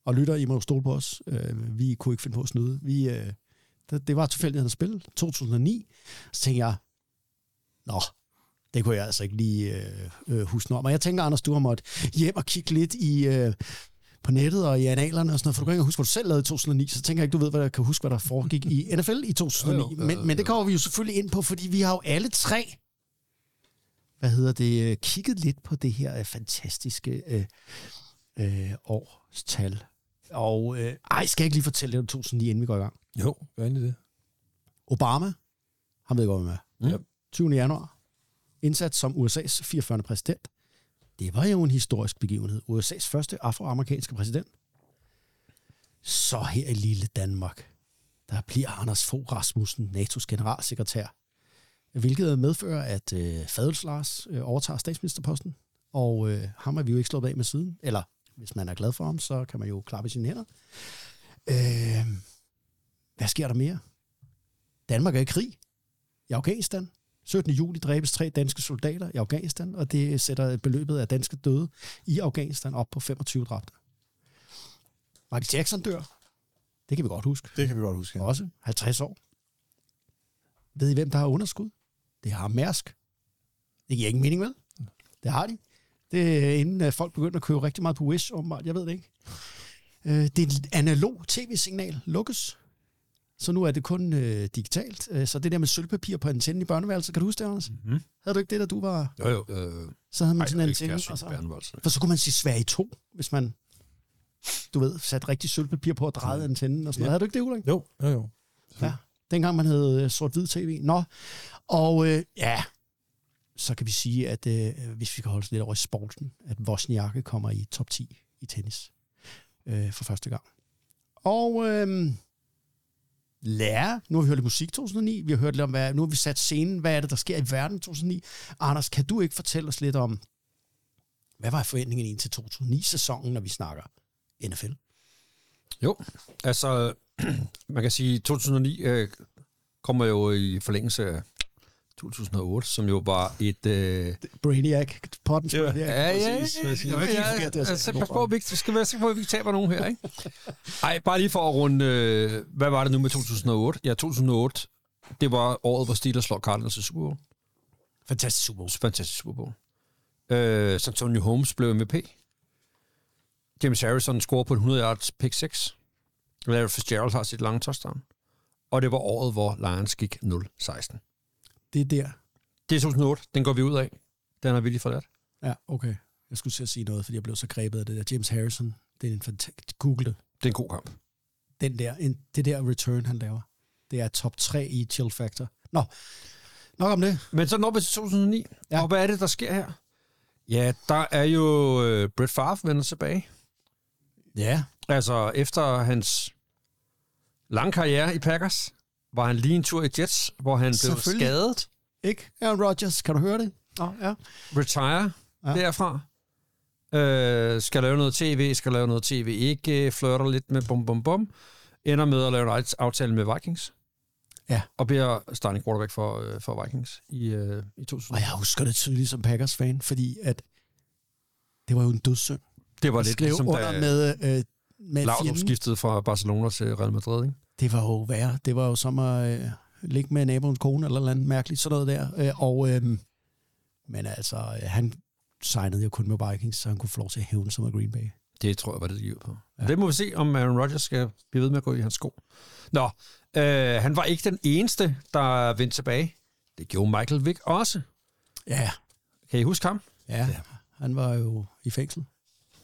E: Og lytter, I må jo stole på os. Øh, vi kunne ikke finde på at snyde. Vi, øh, det, det var tilfældighedens spil, 2009. Så tænkte jeg, nå, det kunne jeg altså ikke lige øh, øh, huske noget om. Og jeg tænker, Anders, du har måttet hjem og kigge lidt i, øh, på nettet og i analerne og sådan noget, for du kan ikke huske, hvad du selv lavede i 2009, så tænker jeg ikke, du ved, hvad der kan huske, hvad der foregik i NFL i 2009.
G: Jo, jo, jo,
E: men, men det kommer vi jo selvfølgelig ind på, fordi vi har jo alle tre hvad hedder det, øh, kigget lidt på det her øh, fantastiske øh, øh, årstal Og øh, ej, skal jeg ikke lige fortælle lidt om 2009, inden vi går i gang?
F: Jo, gør endelig det.
E: Obama, ham ved jeg godt, hvem er.
G: Mm.
E: Ja. 20. januar, indsat som USA's 44. præsident. Det var jo en historisk begivenhed. USA's første afroamerikanske præsident. Så her i lille Danmark, der bliver Anders Fogh Rasmussen NATO's generalsekretær, hvilket medfører, at øh, Fadels Lars øh, overtager statsministerposten, og øh, ham er vi jo ikke slået af med siden. Eller hvis man er glad for ham, så kan man jo klappe i sine hænder. Øh, hvad sker der mere? Danmark er i krig i Afghanistan. 17. juli dræbes tre danske soldater i Afghanistan, og det sætter beløbet af danske døde i Afghanistan op på 25 dræbte. Michael Jackson dør. Det kan vi godt huske.
F: Det kan vi godt huske. Ja.
E: Også 50 år. Ved I, hvem der har underskud? Det har Mærsk. Det giver ingen mening, vel? Det har de. Det er inden øh, folk begyndte at købe rigtig meget på Wish, åbenbart. Jeg ved det ikke. Øh, Det er et analog tv-signal. Lukkes. Så nu er det kun øh, digitalt. Øh, Så det der med sølvpapir på antennen i børneværelset, kan du huske det, Anders? Mm-hmm. Havde du ikke det, da du var...
G: Jo, jo. Øh,
E: Så havde man
G: Mhm. ej,
E: sådan en altså- antenne.
G: det er
E: og
G: ikke
E: så-
G: Bernvold.
E: for så kunne man sige Sverige 2, hvis man, du ved, satte rigtig sølvpapir på og drejede
G: Mm.
E: antennen og sådan noget. Havde du ikke det, Ulrik?
F: Jo, jo, jo.
E: Ja, dengang man havde øh, sort-hvid tv. Nå, og øh, ja, så kan vi sige, at øh, hvis vi kan holde os lidt over i sporten, at Vosniakke kommer i top 10 i tennis øh, for første gang. Og øh, lære, nu har vi hørt lidt musik 2009, vi har hørt lidt om, hvad, nu har vi sat scenen, hvad er det, der sker i verden 2009. Anders, kan du ikke fortælle os lidt om, hvad var forventningen ind til 2009-sæsonen, når vi snakker NFL?
G: Jo, altså, (clears throat) man kan sige, 2009 øh, kommer jo i forlængelse af 2008, som jo var et... Øh,
E: Brainiac, Pottens Brainiac.
G: Ja, ja, ja.
E: præcis, præcis.
G: Det var
E: Det er helt
G: ikke
E: forkert, det
G: ja,
E: er
G: altså,
E: altså.
G: pas på, at vi ikke, skal være sikre på, at vi ikke taber nogen her, ikke? (laughs) Ej, bare lige for at runde, øh, hvad var det nu med 2008? Ja, 2008, det var året, hvor Steelers slår Cardinals i Super Bowl.
E: Fantastisk Super Bowl.
G: Fantastisk Super Bowl. Øh, så Tony Holmes blev MVP. James Harrison scorer på en 100 yards pick 6. Larry Fitzgerald har sit lange touchdown. Og det var året, hvor Lions gik 0-16.
E: Det er der,
G: Det er 2008. Den går vi ud af. Den har vi lige forladt.
E: Ja, okay. Jeg skulle til at sige noget, fordi jeg blev så grebet af det der. James Harrison, det er en fantastisk... Google det.
G: Det er en god kamp.
E: den der, en, det der return, han laver. Det er top 3 i chill factor. Nå, nok om det.
G: Men så når vi til 2009,
E: Ja.
G: ja. og hvad er det, der sker her? Ja, der er jo øh, Brett Favre vender tilbage.
E: Ja.
G: Altså, efter hans lange karriere i Packers, var han lige en tur i Jets, hvor han blev
E: Selvfølgelig.
G: skadet,
E: Ikke? Aaron Rodgers, kan du høre det? Nå, ja.
G: retire
E: Ja.
G: ja. derfra, øh, skal lave noget tv, skal lave noget tv, ikke øh, flirter lidt med bum bum bum, ender med at lave en aft- aftale med Vikings.
E: Ja.
G: Og bliver starting quarterback for, øh, for Vikings i, øh, i 2000.
E: Og jeg husker det tydeligt som Packers-fan, fordi at det var jo en dødssynd.
G: Det var
E: Jeg
G: lidt
E: skrev ligesom
G: ligesom,
E: under
G: da
E: med, øh, med
G: Laudrup
E: fjenden.
G: skiftede fra Barcelona til Real Madrid, ikke?
E: Det var jo værre. Det var jo som at øh, ligge med naboens kone eller noget andet mærkeligt, sådan noget der. Øh, og, øh, men altså, øh, han signede jo kun med Vikings, så han kunne få lov til at hævne sig med Green Bay.
G: Det tror jeg var det, det gik ud på. Ja. Det må vi se, om Aaron Rodgers skal blive ved med at gå i hans sko. Nå, øh, han var ikke den eneste, der vendte tilbage. Det gjorde Michael Vick også.
E: Ja,
G: Kan I huske ham?
E: ja. ja. Han var jo i fængsel.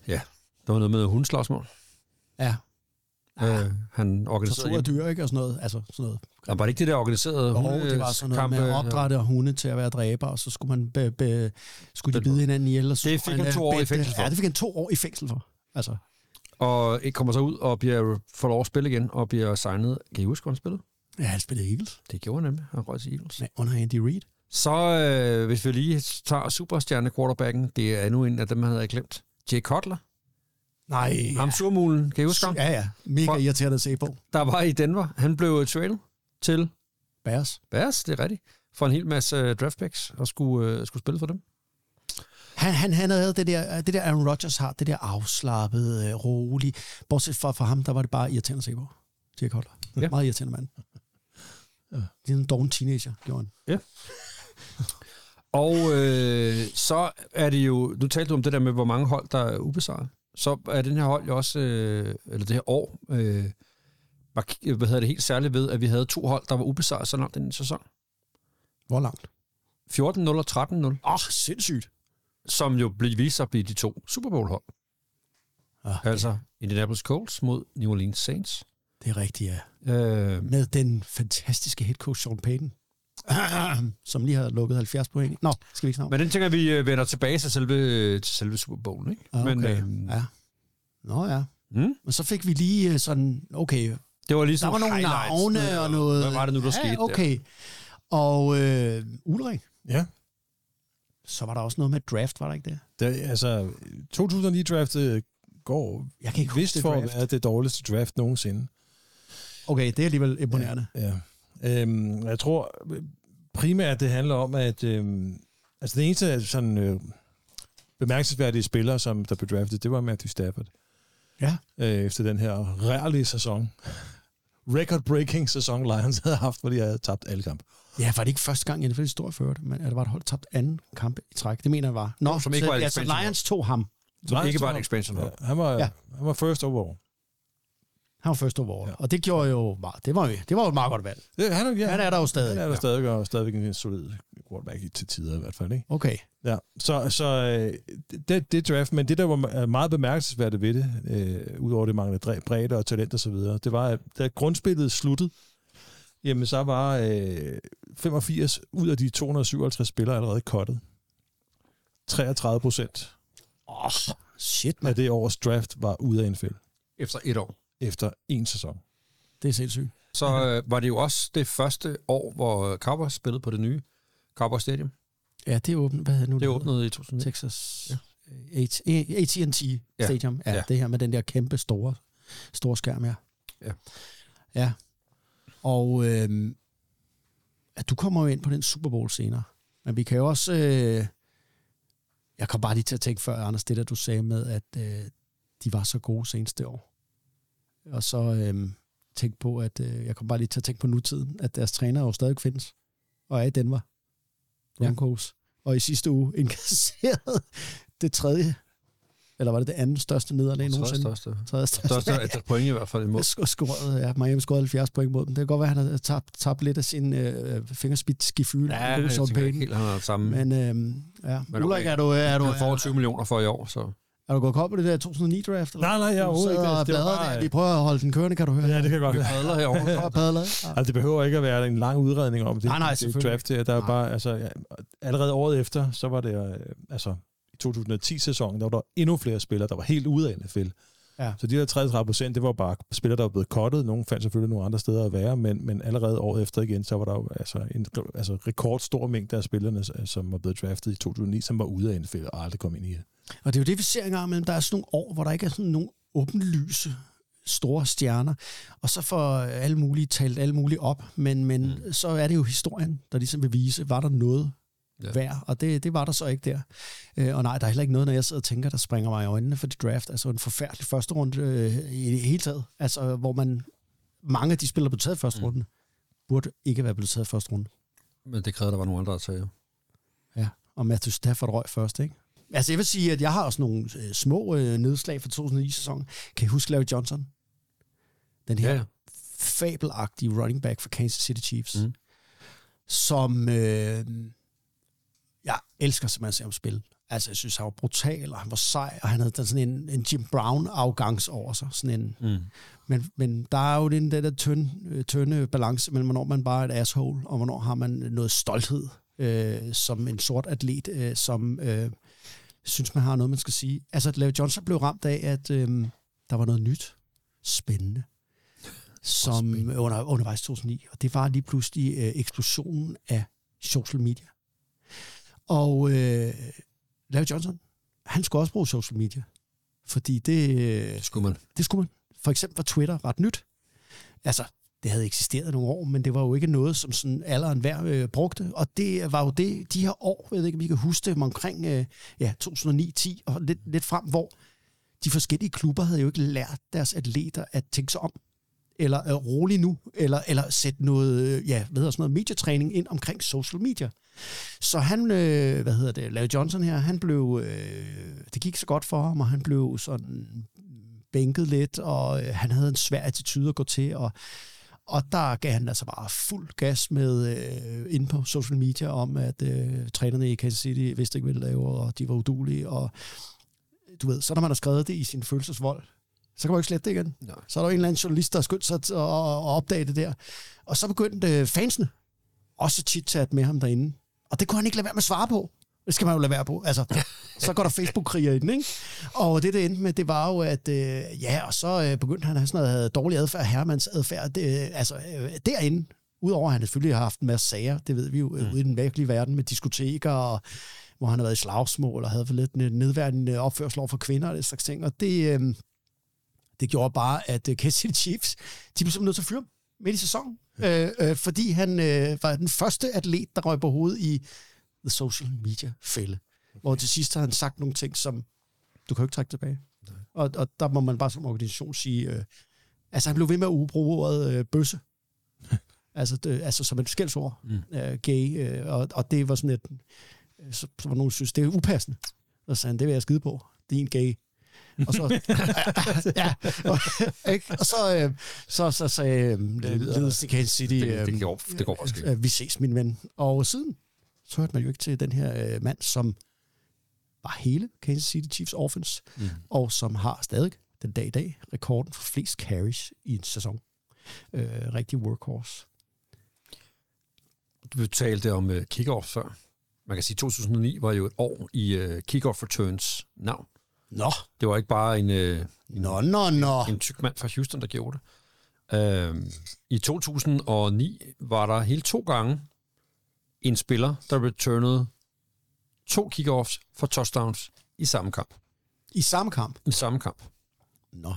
G: Ja. Der var noget med noget hundslagsmål.
E: Ja.
G: Øh, han organiserede...
E: Tortur af dyr, ikke? Og sådan noget. Altså, sådan noget.
G: Jamen, var det ikke det der organiserede øh,
E: Og det var sådan noget med at opdrætte hunde til at være dræber, og så skulle man be, be, skulle de
G: Den måde.
E: bide hinanden ihjel. Og så
G: Det
E: skulle
G: fik han
E: øh,
G: to år i
E: bælte-
G: fængsel for.
E: Ja, det fik han to år i fængsel for. Altså,
G: Og ikke kommer så ud og bliver, får lov at spille igen og bliver signet. Kan I huske, hvor han spillede?
E: ja, han spillede Eagles.
G: Det gjorde han nemlig. Han røg til Eagles.
E: Nej, under Andy Reid.
G: Så øh, hvis vi lige tager superstjerne quarterbacken, det er endnu en af dem, han havde glemt. Jay Cutler,
E: Nej.
G: ja. ham surmulen, kan I huske ham?
E: Ja, ja. Mega
G: For-
E: irriterende at se på.
G: Der var i Denver, han blev øh, traded til
E: Bears.
G: Bears, det er rigtigt, for en hel masse øh, draft picks og skulle, øh, skulle spille for dem.
E: Han, han, han havde det der, det der Aaron Rodgers har, det der afslappede, øh, rolige. Bortset fra for ham, der var det bare irriterende at se på. Dirk Holder. Ja.
G: Ja.
E: Meget irriterende mand. Det er en doven teenager, gjorde han.
G: Og øh, så er det jo, nu talte du om det der med, hvor mange hold, der er ubesejret. Så er den her hold jo også, øh, eller det her år, øh, mark- hvad hedder det helt særligt ved, at vi havde to hold, der var ubesejret så langt i den sæson.
E: Hvor langt?
G: 14-0 og 13-0.
E: Åh, oh, sindssygt.
G: som jo blev vist sig at blive de to Super Bowl hold.
E: Ah,
G: Altså Indianapolis Colts mod New Orleans Saints.
E: Det er rigtigt, ja.
G: Øh,
E: Med den fantastiske head coach Sean Payton, (clears throat) som lige har lukket 70 point. Nå, skal vi ikke snakke om
G: men den tænker jeg, vi øh, vender tilbage til selve, til selve Super Bowl, ikke?
E: Ah,
G: Men
E: okay.
G: øh,
E: Ja. Nå ja.
G: Mm.
E: Men så fik vi lige øh, sådan, okay,
G: det var ligesom
E: der var nogle
G: highlights. øh,
E: navne og noget.
G: Hvad var det nu, der
E: ja,
G: skete der?
E: okay. Og øh, Ulrik,
F: Ja.
E: så var der også noget med draft, var der ikke det?
F: Det, altså, 2009-draftet går
E: Jeg kan ikke
F: vist
E: huske
F: for
E: det
F: at
E: draft.
F: være det dårligste draft nogensinde.
E: Okay, det er alligevel imponerende.
F: Ja. Øhm, jeg tror øh, primært, det handler om, at øhm, altså det eneste sådan, øh, bemærkelsesværdige spiller, som der blev draftet, det var Matthew Stafford.
E: Ja.
F: Øh, efter den her rærlige sæson. Record-breaking sæson, Lions havde haft, hvor de havde tabt alle kampe.
E: Ja, var det ikke første gang i NFL historie før det, men at der var et hold tabt anden kamp i træk. Det mener jeg var. Nå,
G: Som ikke
E: så,
G: var et
E: altså,
G: expansion
E: Lions tog ham.
G: Som
F: Lions
G: ikke var
F: tog-
G: en expansion hold.
F: Ja, han, var,
E: Ja.
F: ja. han var first overall.
E: Han var første over. Ja.
F: Ja.
E: Og det gjorde jo, meget- det var jo, det var jo et meget godt valg.
F: Det, Øh, han, er, ja,
E: Han er der jo stadig.
F: Han er der stadig, og stadigvæk en solid quarterback i- til tider i hvert fald, ikke?
E: Okay.
F: Ja, så, så øh, det, det draft, men det, der var me- meget bemærkelsesværdigt ved det, øh, udover det manglede dre- bredde og talent og så videre, det var, at da grundspillet sluttede, jamen så var øh, 85 ud af de 257 spillere allerede kottet. 33 procent
E: Åh, oh, shit, man.
F: af det års draft var ude af NFL
G: Efter et år.
F: efter en sæson.
E: Det er sindssygt.
G: Så
E: Mhm.
G: øh, var det jo også det første år, hvor Cowboys spillede på det nye Cowboys Stadium.
E: Ja, det er åbnet. Hvad hedder nu?
G: Det
E: hedder?
G: åbnede i 2009.
E: Texas øh, ja. AT&T
G: Ja.
E: Stadium. Ja,
G: Ja.
E: det her med den der kæmpe store, store skærm, ja.
G: Ja.
E: Ja. Og øhm, at du kommer jo ind på den Super Bowl senere. Men vi kan jo også... Øh, jeg kom bare lige til at tænke før, Anders, det der du sagde med, at øh, de var så gode seneste år. Og så øh, tænke på, at øh, jeg kom bare lige til at tænke på nutiden, at deres træner jo stadig findes, og er i Denver. Broncos. Ja. Og i sidste uge indkasserede (laughs) det tredje, eller var det det andet største nederlag
G: Tredje
E: nogensinde?
G: største.
E: Tredje største. (laughs)
G: Største et point i hvert fald imod.
E: Jeg scorede, ja, Miami scorede 70 point mod dem. Det kan godt være, at han har tabt, tabt lidt af sin øh, fingerspidsgifyl.
G: Ja, jeg tænker ikke helt, han har det samme.
E: Men øh, ja.
G: Men
E: Ulrik,
G: okay.
E: er du, er, du,
G: Han får
E: er,
G: 20 millioner for i år, så...
E: er du gået op på det der 2009-draft?
F: Nej, nej, jeg er overhovedet ikke. Altså,
E: Det,
F: Det var
E: bare...
F: bare, øh,
E: der. Vi prøver at holde den kørende, kan du høre.
F: Ja, det kan godt
E: (laughs)
F: være.
G: Padler herovre.
E: Prøv at padle.
F: Altså, det behøver ikke at være en lang udredning om det.
E: Nej, nej,
F: det
E: selvfølgelig.
F: draft her. Der er
E: Nej.
F: bare, altså, ja, allerede året efter, så var det, øh, altså, i 2010-sæsonen, der var der endnu flere spillere, der var helt ude af NFL.
E: Ja.
F: Så de der 33 procent, det var bare spillere, der var blevet kottet. Nogle fandt selvfølgelig nogle andre steder at være, men, men allerede året efter igen, så var der jo altså, en altså, rekordstor mængde af spillerne, s- som var blevet draftet i 2009, som var ude af NFL og aldrig kom ind i
E: Og det er jo det, vi ser engang imellem. Der er sådan nogle år, hvor der ikke er sådan nogle åbenlyse store stjerner, og så får alle mulige talt alle mulige op, men, men mm. så er det jo historien, der ligesom vil vise, var der noget ja.
G: Ja.
E: værd, og det, det var der så ikke der. Øh, og nej, der er heller ikke noget, når jeg sidder og tænker, der springer mig i øjnene for det draft. Altså en forfærdelig første runde øh, i det hele taget, altså hvor man, mange af de spillere, der blev taget i første mm. runde, burde ikke være blevet taget i første runde.
G: (laughs) Men det krævede, der var nogen andre, der sagde jo.
E: Ja, og Matthew Stafford røg først, ikke? Altså, jeg vil sige, at jeg har også nogle øh, små øh, nedslag fra 2009-sæsonen. Kan I huske Larry Johnson? Den her
G: Ja,
E: ja.
G: ja.
E: fabelagtige running back for Kansas City Chiefs, mm.
G: Mm.
E: som øh, jeg elsker simpelthen at se ham spille. Altså, jeg synes, han var brutal, og han var sej, og han havde den sådan en, en Jim Brown-afgangs over sig. Sådan en,
G: Mm.
E: men, men der er jo den der, der tynde, øh, tynde balance mellem, hvornår man bare er et asshole, og hvornår har man noget stolthed øh, som en sort atlet, øh, som øh, synes, man har noget, man skal sige. Altså, at Larry Johnson blev ramt af, at øh, der var noget nyt, spændende, som under, undervejs i 2009, og det var lige pludselig øh, eksplosionen af social media. Og øh, Larry Johnson, han skulle også bruge social media, fordi det... Øh,
G: Det skulle man.
E: det skulle man. For eksempel var Twitter ret nyt. Altså, det havde eksisteret i nogle år, men det var jo ikke noget, som sådan alle og enhver øh, brugte. Og det var jo det, de her år, jeg ved ikke, om I kan huske det, men omkring øh, ja, 2009-10 og lidt, lidt frem, hvor de forskellige klubber havde jo ikke lært deres atleter at tænke sig om, eller er rolig nu, eller, eller sætte noget, øh, ja, hvad hedder sådan noget, medietræning ind omkring social media. Så han, øh, hvad hedder det, Larry Johnson her, han blev, øh, det gik så godt for ham, og han blev sådan bænket lidt, og øh, han havde en svær attitude at gå til, og, og der gav han altså bare fuld gas med øh, ind på social media om, at øh, trænerne i Kansas City vidste ikke, hvad de lavede, og de var udulige, og du ved, så når man har skrevet det i sin følelsesvold, så kan man jo ikke slette det igen. Nej. Så er der jo en eller anden journalist, der har skyndt sig at, at, at opdage det der. Og så begyndte øh, fansene også chit-chat med ham derinde. Og det kunne han ikke lade være med at svare på. Det skal man jo lade være på. Altså, så går der Facebook-kriger i den, ikke? Og det, det endte med, det var jo, at øh, ja, og så øh, begyndte han at have sådan noget øh, dårlig adfærd, herremands adfærd, det, øh, altså øh, derinde. Udover at han selvfølgelig har haft en masse sager, det ved vi jo, øh, ude i den virkelige verden med diskoteker, og, hvor han har været i slagsmål, og havde for lidt nedværdende opførsel over for kvinder og det slags ting. Og det, øh, det gjorde bare, at øh, Kansas City Chiefs, de blev simpelthen nødt til at fyre ham midt i sæsonen, øh, øh, fordi han øh, var den første atlet, der røg på hovedet i the social media fælde. Okay. Hvor til sidst har han sagt nogle ting, som du kan jo ikke trække tilbage. Og, og der må man bare som organisation sige, øh, altså han blev ved med at bruge ordet øh, bøsse. altså, det, altså som et skældsord. Mm. Øh, gay. Øh, og, og det var sådan et, øh, så, så var nogen, der synes, det er upassende. Og så sagde han, det vil jeg skide på. Det er en gay. Og så, (laughs) ja, og, ikke? og så, øh, så, så sagde øh, Ledelse Kansas City,
G: Det, det,
E: øh,
G: går, det går også ikke.
E: øh, vi ses, min ven. Og siden, så hørte man jo ikke til den her øh, mand, som var hele Kansas City Chiefs offense, mm. og som har stadig den dag i dag rekorden for flest carries i en sæson. Øh, rigtig workhorse.
G: Du talte om uh, kickoff før. Man kan sige, at 2009 var jo et år i uh, kickoff returns navn.
E: Nå,
G: Det var ikke bare en, uh,
E: nå, nå, nå.
G: en tyk mand fra Houston, der gjorde det. Øhm, I 2009 var der hele to gange en spiller, der returnede to kickoffs for touchdowns i samme kamp.
E: I samme kamp.
G: I samme kamp.
E: Nå.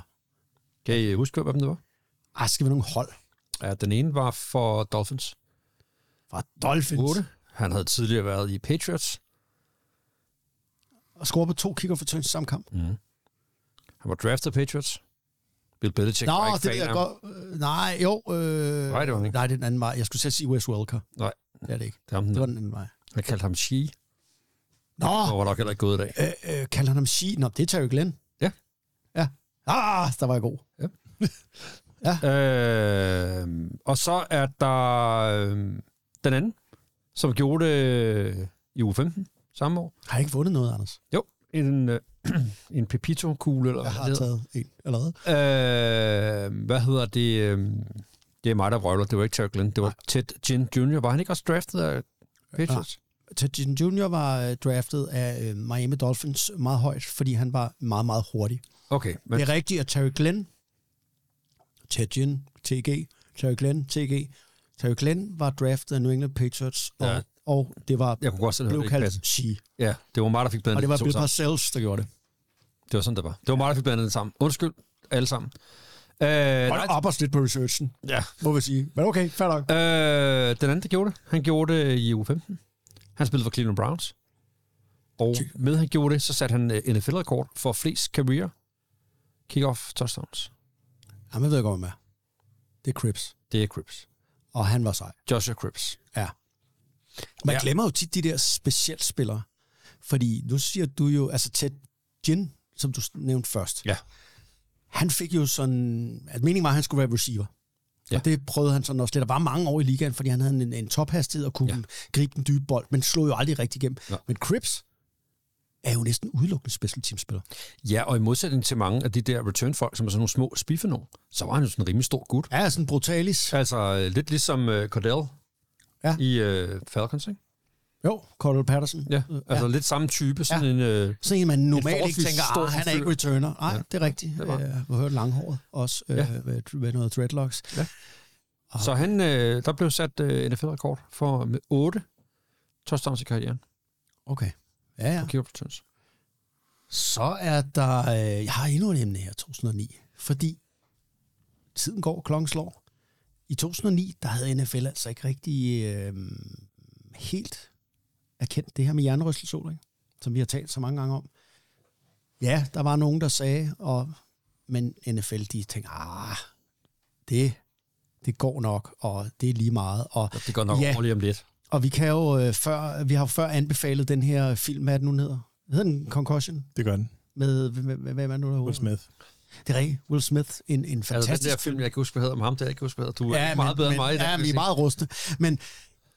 G: Kan I huske, hvem det var?
E: Ej, skal vi nogle hold
G: Ja, den ene var for Dolphins.
E: fra Dolphins?
G: 8. Han havde tidligere været i Patriots.
E: Og score på to kicker for turns i samme kamp. Nå,
G: Han var draftet af Patriots. Bill Belichick var
E: det
G: ikke
E: ved
G: fan
E: jeg
G: af ham.
E: godt. Øh, nej, jo. Øh,
G: Nej, det var han ikke.
E: nej, det er den anden vej. Jeg skulle selv sige Wes Welker.
G: Nej,
E: Det er det ikke.
G: det var ham,
E: Det var Ah. den anden vej.
G: han kaldte ham She.
E: Nå,
G: Og var nok heller ikke gået i dag.
E: Øh, øh, kalder han ham She? Nå, det er Terry Glenn.
G: Ja.
E: Ja. Ah, der var jeg god.
G: Øh, og så er der øh, den anden, som gjorde det øh, i uge 15 samme år.
E: Har jeg ikke vundet noget, Anders?
G: Jo, en, øh, (clears throat) en Pepito-kugle. Eller
E: Jeg har
G: hvad det
E: taget en allerede.
G: hedder. Øh, hvad hedder det? Øh, det er mig, der vrøvler. Det var ikke Terry Glenn. Det var Ted Ginn Jr. Var han ikke også draftet af Patriots?
E: Ted Ginn Jr. var øh, draftet af øh, Miami Dolphins meget højt, fordi han var meget, meget hurtig.
G: Okay, men
E: Det er rigtigt, at Terry Glenn, Ted Ginn, TG, Terry Glenn, TG, Terry Glenn var draftet af New England Patriots, og,
G: Ja.
E: ja. og det var
G: jeg kunne godt selv høre,
E: blev
G: det ikke passede.
E: kaldt She.
G: Ja, det var mig, der fik blandet
E: Og det var
G: de to
E: Bill
G: sammen.
E: Parcells, der gjorde det.
G: Det var sådan, det var. Det var mig, der fik blandet det sammen. Undskyld, alle sammen. Øh, nej,
E: Hold op os lidt på researchen,
G: ja.
E: må vi sige. Men okay, fair nok.
G: Øh, den anden, der gjorde det, han gjorde det i uge 15. Han spillede for Cleveland Browns. Og med at han gjorde det, så satte han øh, NFL-rekord for flest career kickoff touchdowns.
E: Jamen, jeg ved godt, hvad med. Det er Crips.
G: Det er Crips.
E: Og han var sej.
G: Joshua Crips.
E: Ja. Man
G: Ja.
E: ja. glemmer jo tit de der specielt spillere. Fordi nu siger du jo, altså Ted Ginn, som du nævnte først.
G: Ja.
E: Han fik jo sådan, at meningen var, at han skulle være receiver.
G: Ja.
E: Ja. Og det prøvede han sådan også lidt. Der var mange år i ligaen, fordi han havde en, en tophastighed og kunne
G: Ja.
E: ja. gribe den dybe bold, men slog jo aldrig rigtig igennem.
G: Nå.
E: Ja. Men Crips er jo næsten udelukkende special teamspiller.
G: Ja, og i modsætning til mange af de der return-folk, som er sådan nogle små spiffer nogen, så var han jo sådan en rimelig stor gut.
E: Ja, sådan brutalis. Ja.
G: Altså øh, lidt ligesom øh, Cordell
E: Ja.
G: i øh, Falcons, ikke?
E: Jo, Cordell Patterson.
G: Ja, altså ja. lidt samme type, sådan ja. en... Øh,
E: Sådan en, man normalt ikke
G: forholdsvis
E: tænker,
G: stor
E: ah, han er
G: fyr."
E: ikke returner. Nej, ja. det er rigtigt.
G: det
E: Det
G: var
E: var.
G: han.
E: Jeg har hørt langhåret også, øh,
G: Ja.
E: med, med noget dreadlocks.
G: Så han, øh, der blev sat øh, NFL-rekord for med 8 touchdowns i karrieren.
E: Okay. Ja, ja.
G: Ja. Kigger på returns.
E: Så er der, øh, jeg har endnu et emne her, 2009, fordi tiden går, klokken slår. I 2009, der havde NFL altså ikke rigtig øh, helt erkendt det her med hjernerystelsoling, som vi har talt så mange gange om. Ja, der var nogen, der sagde, og, men NFL, de tænkte, ah, det, det går nok, og det er lige meget. Og
G: Det går nok
E: Ja.
G: over lige om lidt. Altså,
E: Og vi kan jo øh, før, vi har jo før anbefalet den her film, hvad er den nu den hedder? Hedder den Concussion?
F: Det gør den.
E: Med, med, med hvad er det nu der
F: Will
E: hedder?
F: Smith.
E: Det er rigtigt. Will Smith. En, en fantastisk
G: Altså, den der film, jeg kan huske, hvad hedder om ham, der jeg ikke husker, hvad hedder. Du er ja, meget
E: men-
G: bedre
E: men,
G: end mig i dag.
E: Ja,
G: vil
E: vi
G: jeg
E: er meget rustne. Men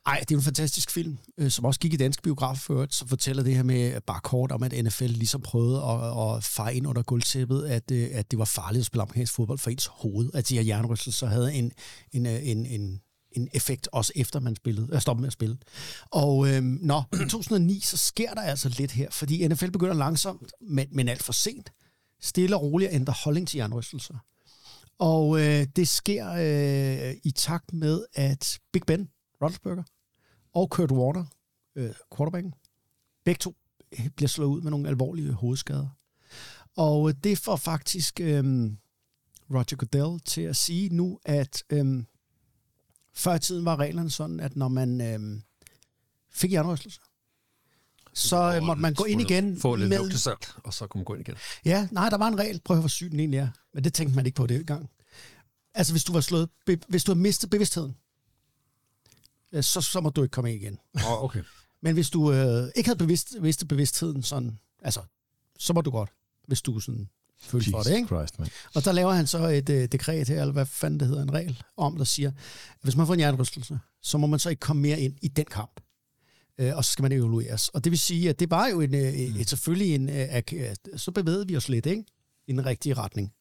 E: Ej, det er jo en fantastisk film, øh, som også gik i danske biograf før, som fortæller det her med øh, bare kort om, at NFL ligesom prøvede at, at feje ind under gulvtæppet, at, øh, at det var farligt at spille amerikansk fodbold for ens hoved, at de her jernrystelser havde en, en, øh, en, en, en effekt, også efter man spillede, øh, stoppede med at spille. Og øh, nå, i 2009, så sker der altså lidt her, fordi NFL begynder langsomt, men, men alt for sent, stille og roligt at ændre holdning til jernrystelser. Og øh, det sker øh, i takt med, at Big Ben, Roethlisberger, og Kurt Warner, øh, quarterbacken, begge to øh, bliver slået ud med nogle alvorlige hovedskader. Og øh, det får faktisk øh, Roger Goodell til at sige nu, at øh, før i tiden var reglerne sådan, at når man øh, fik jernrystelser, så øh, måtte man gå ind igen
G: Få lidt
E: med
G: lugtesalt, og så kunne man gå ind igen.
E: Ja, nej, der var en regel. Prøv at høre, hvor syg den egentlig er. Men det tænkte man ikke på det gang. Altså, hvis du var slået, be- hvis du har mistet bevidstheden, øh, så, så må du ikke komme ind igen.
G: Åh, oh, okay.
E: Men hvis du øh, ikke havde bevidst, mistet bevidstheden sådan, altså, så må du godt, hvis du sådan følte for det, ikke?
F: Christ, man.
E: Og der laver han så et øh, dekret her, eller hvad fanden det hedder, en regel om, der siger, at hvis man får en hjernerystelse, så må man så ikke komme mere ind i den kamp. Øh, og så skal man evalueres. Og det vil sige, at det var jo en, øh, et, selvfølgelig en... Øh, ak- øh, så bevægede vi os lidt, ikke? I den rigtige retning.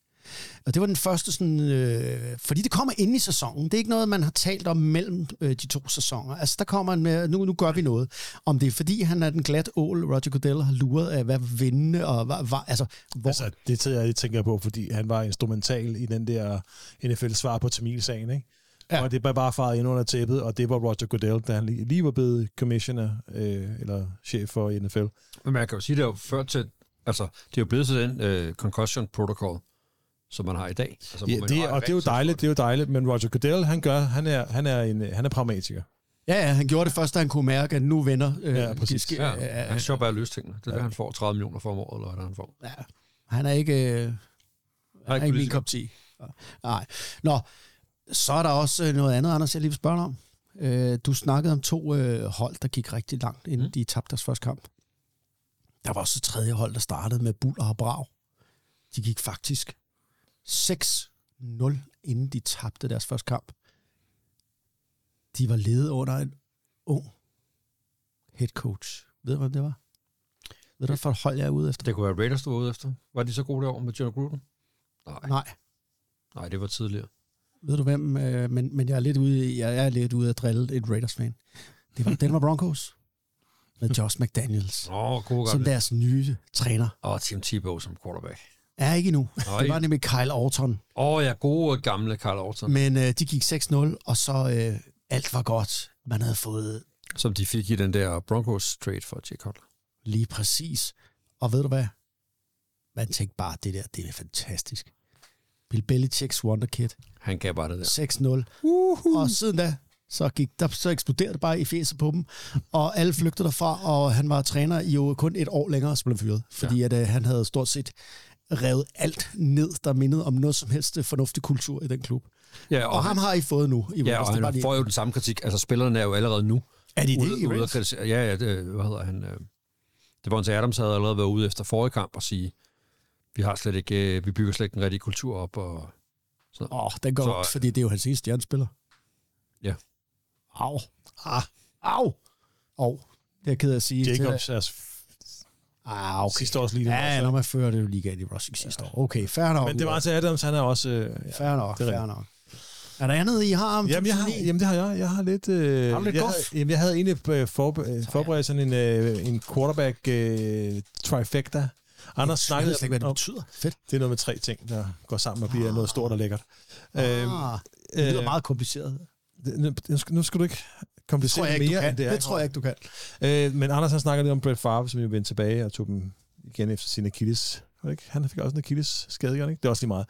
E: Og det var den første sådan... Øh, fordi det kommer ind i sæsonen. Det er ikke noget, man har talt om mellem øh, de to sæsoner. Altså, der kommer en med, nu, nu gør vi noget. Om det er fordi, han er den glat ål, Roger Goodell har luret af, hvad vinde og hvad... hvad altså, hvor,
F: Altså, det tænker jeg, tænker jeg på, fordi han var instrumental i den der NFL-svar på Tamil-sagen, ikke? Ja. Og det var bare faret ind under tæppet, og det var Roger Goodell, da han lige lige var blevet commissioner, øh, eller chef for NFL.
G: Men man kan jo sige, det er jo før til, altså, det er jo blevet til den øh, concussion protocol, som man har i dag. Altså, hvor
F: Ja,
G: man
F: det,
G: har
F: og det er jo
G: regler for
F: dejligt, det er jo dejligt, men Roger Goodell, han gør, han er, han er, en, han er pragmatiker.
E: Ja, ja, han gjorde det først, da han kunne mærke, at nu vender. Øh,
F: Ja, præcis.
E: sker-
G: Ja,
E: øh,
G: han skal jo bare løse tingene. Det er det, han får 30 millioner for om året, eller hvad det er, han får.
E: ja. Han er ikke, øh,
G: Han
E: han
G: er
E: er
G: ikke
E: ikke min
G: politisk.
E: kop te. Nej. Nå, så er der også øh, noget andet, Anders, jeg lige vil spørge dig om. Øh, du snakkede om to øh, hold, der gik rigtig langt, inden mm. de tabte deres første kamp. Der var også et tredje hold, der startede med buller og brav. De gik faktisk 6-0, inden de tabte deres første kamp. De var ledet under en ung head coach. Ved du, hvem det var? Ved du, hvad for et hold jeg er ude efter?
G: Det kunne være Raiders, du var ude efter. Var de så gode derovre med John Gruden? Nej,
E: Nej.
G: nej, det var tidligere.
E: Ved du hvem? Øh, men, men jeg er lidt ude, i- jeg er lidt ude at drille et Raiders-fan. Det var Denver Broncos med Josh McDaniels
G: Åh, oh, gode
E: som
G: gamle.
E: deres nye træner.
G: Og Tim Tebow som quarterback.
E: Er ikke endnu.
G: Nej.
E: Det var nemlig Kyle Orton.
G: Åh oh, ja, gode gamle Carl Orton,
E: Men øh, de gik 6-0, og så øh, alt var godt. Man havde fået
G: som de fik i den der Broncos trade for Jay Cutler.
E: lige præcis. Og ved du hvad? Man tænkte bare, det der, det er fantastisk. Bill Belichick's wonderkid.
G: Han gav bare det der.
E: 6-0. Uhuh. Og siden da, så, gik der, så eksploderede det bare i fjeset på dem, og alle flygtede derfra, og han var træner i jo kun et år længere, så blev han fyret, fordi ja. at, øh, han havde stort set revet alt ned, der mindede om noget som helst øh, fornuftig kultur i den klub.
G: Ja,
E: Og ham har I fået nu. I
G: Ja,
E: Raiders.
G: og
E: Det er bare
G: han
E: lige-
G: får jo den samme kritik. Altså, spillerne er jo allerede nu
E: Er de det
G: ude,
E: i
G: ude at
E: Raiders?
G: kritisere. Ja, ja, det, hvad hedder han? Øh, Devontae Adams havde allerede været ude efter forrige kamp og sige, vi har slet ikke, øh, vi bygger slet ikke den rigtige kultur op. Og sådan noget.
E: Åh, oh, den går
G: Så-
E: godt, fordi det er jo hans eneste stjernespiller.
G: Ja.
E: Au. Ah. Au. Au. Det er jeg ked af at sige. til dig.
F: Jacobs er
E: Ah, okay.
F: sidste års lignende.
E: Ja, når man fører det jo ligaen i rushing sidste år. Okay, fair nok.
F: Men det var til Adams, han er også... Øh, ja.
E: Fair nok,
F: Det er
E: fair nok. Er der andet, I har om
F: Jamen, jeg har,
E: 2009?
F: jamen, det har jeg. Jeg har lidt... Øh,
E: Har du lidt
F: jeg,
E: guf?
F: havde, jamen, jeg havde egentlig øh, forbe- øh, forberedt sådan en, øh, en quarterback øh, trifecta. Anders
E: jeg ved
F: snakkede
E: slet ikke, hvad det
F: om,
E: betyder. Fedt.
F: det er noget med tre ting, der går sammen og bliver noget stort og lækkert. Øhm,
E: Ah, det lyder meget kompliceret. Det
F: det- nu- nu, skal, nu skal du ikke
E: tror
F: komplicere
E: jeg
F: det
E: ikke, du
F: mere,
E: kan.
F: end det er.
E: Det tror jeg ikke, du kan.
F: Øh, men Anders han snakker lidt om Brett Favre, som jo vendte tilbage og tog dem igen efter sin Achilles. Var det Ikke? Han fik også en Achilles skade, ikke? Det er også lige meget.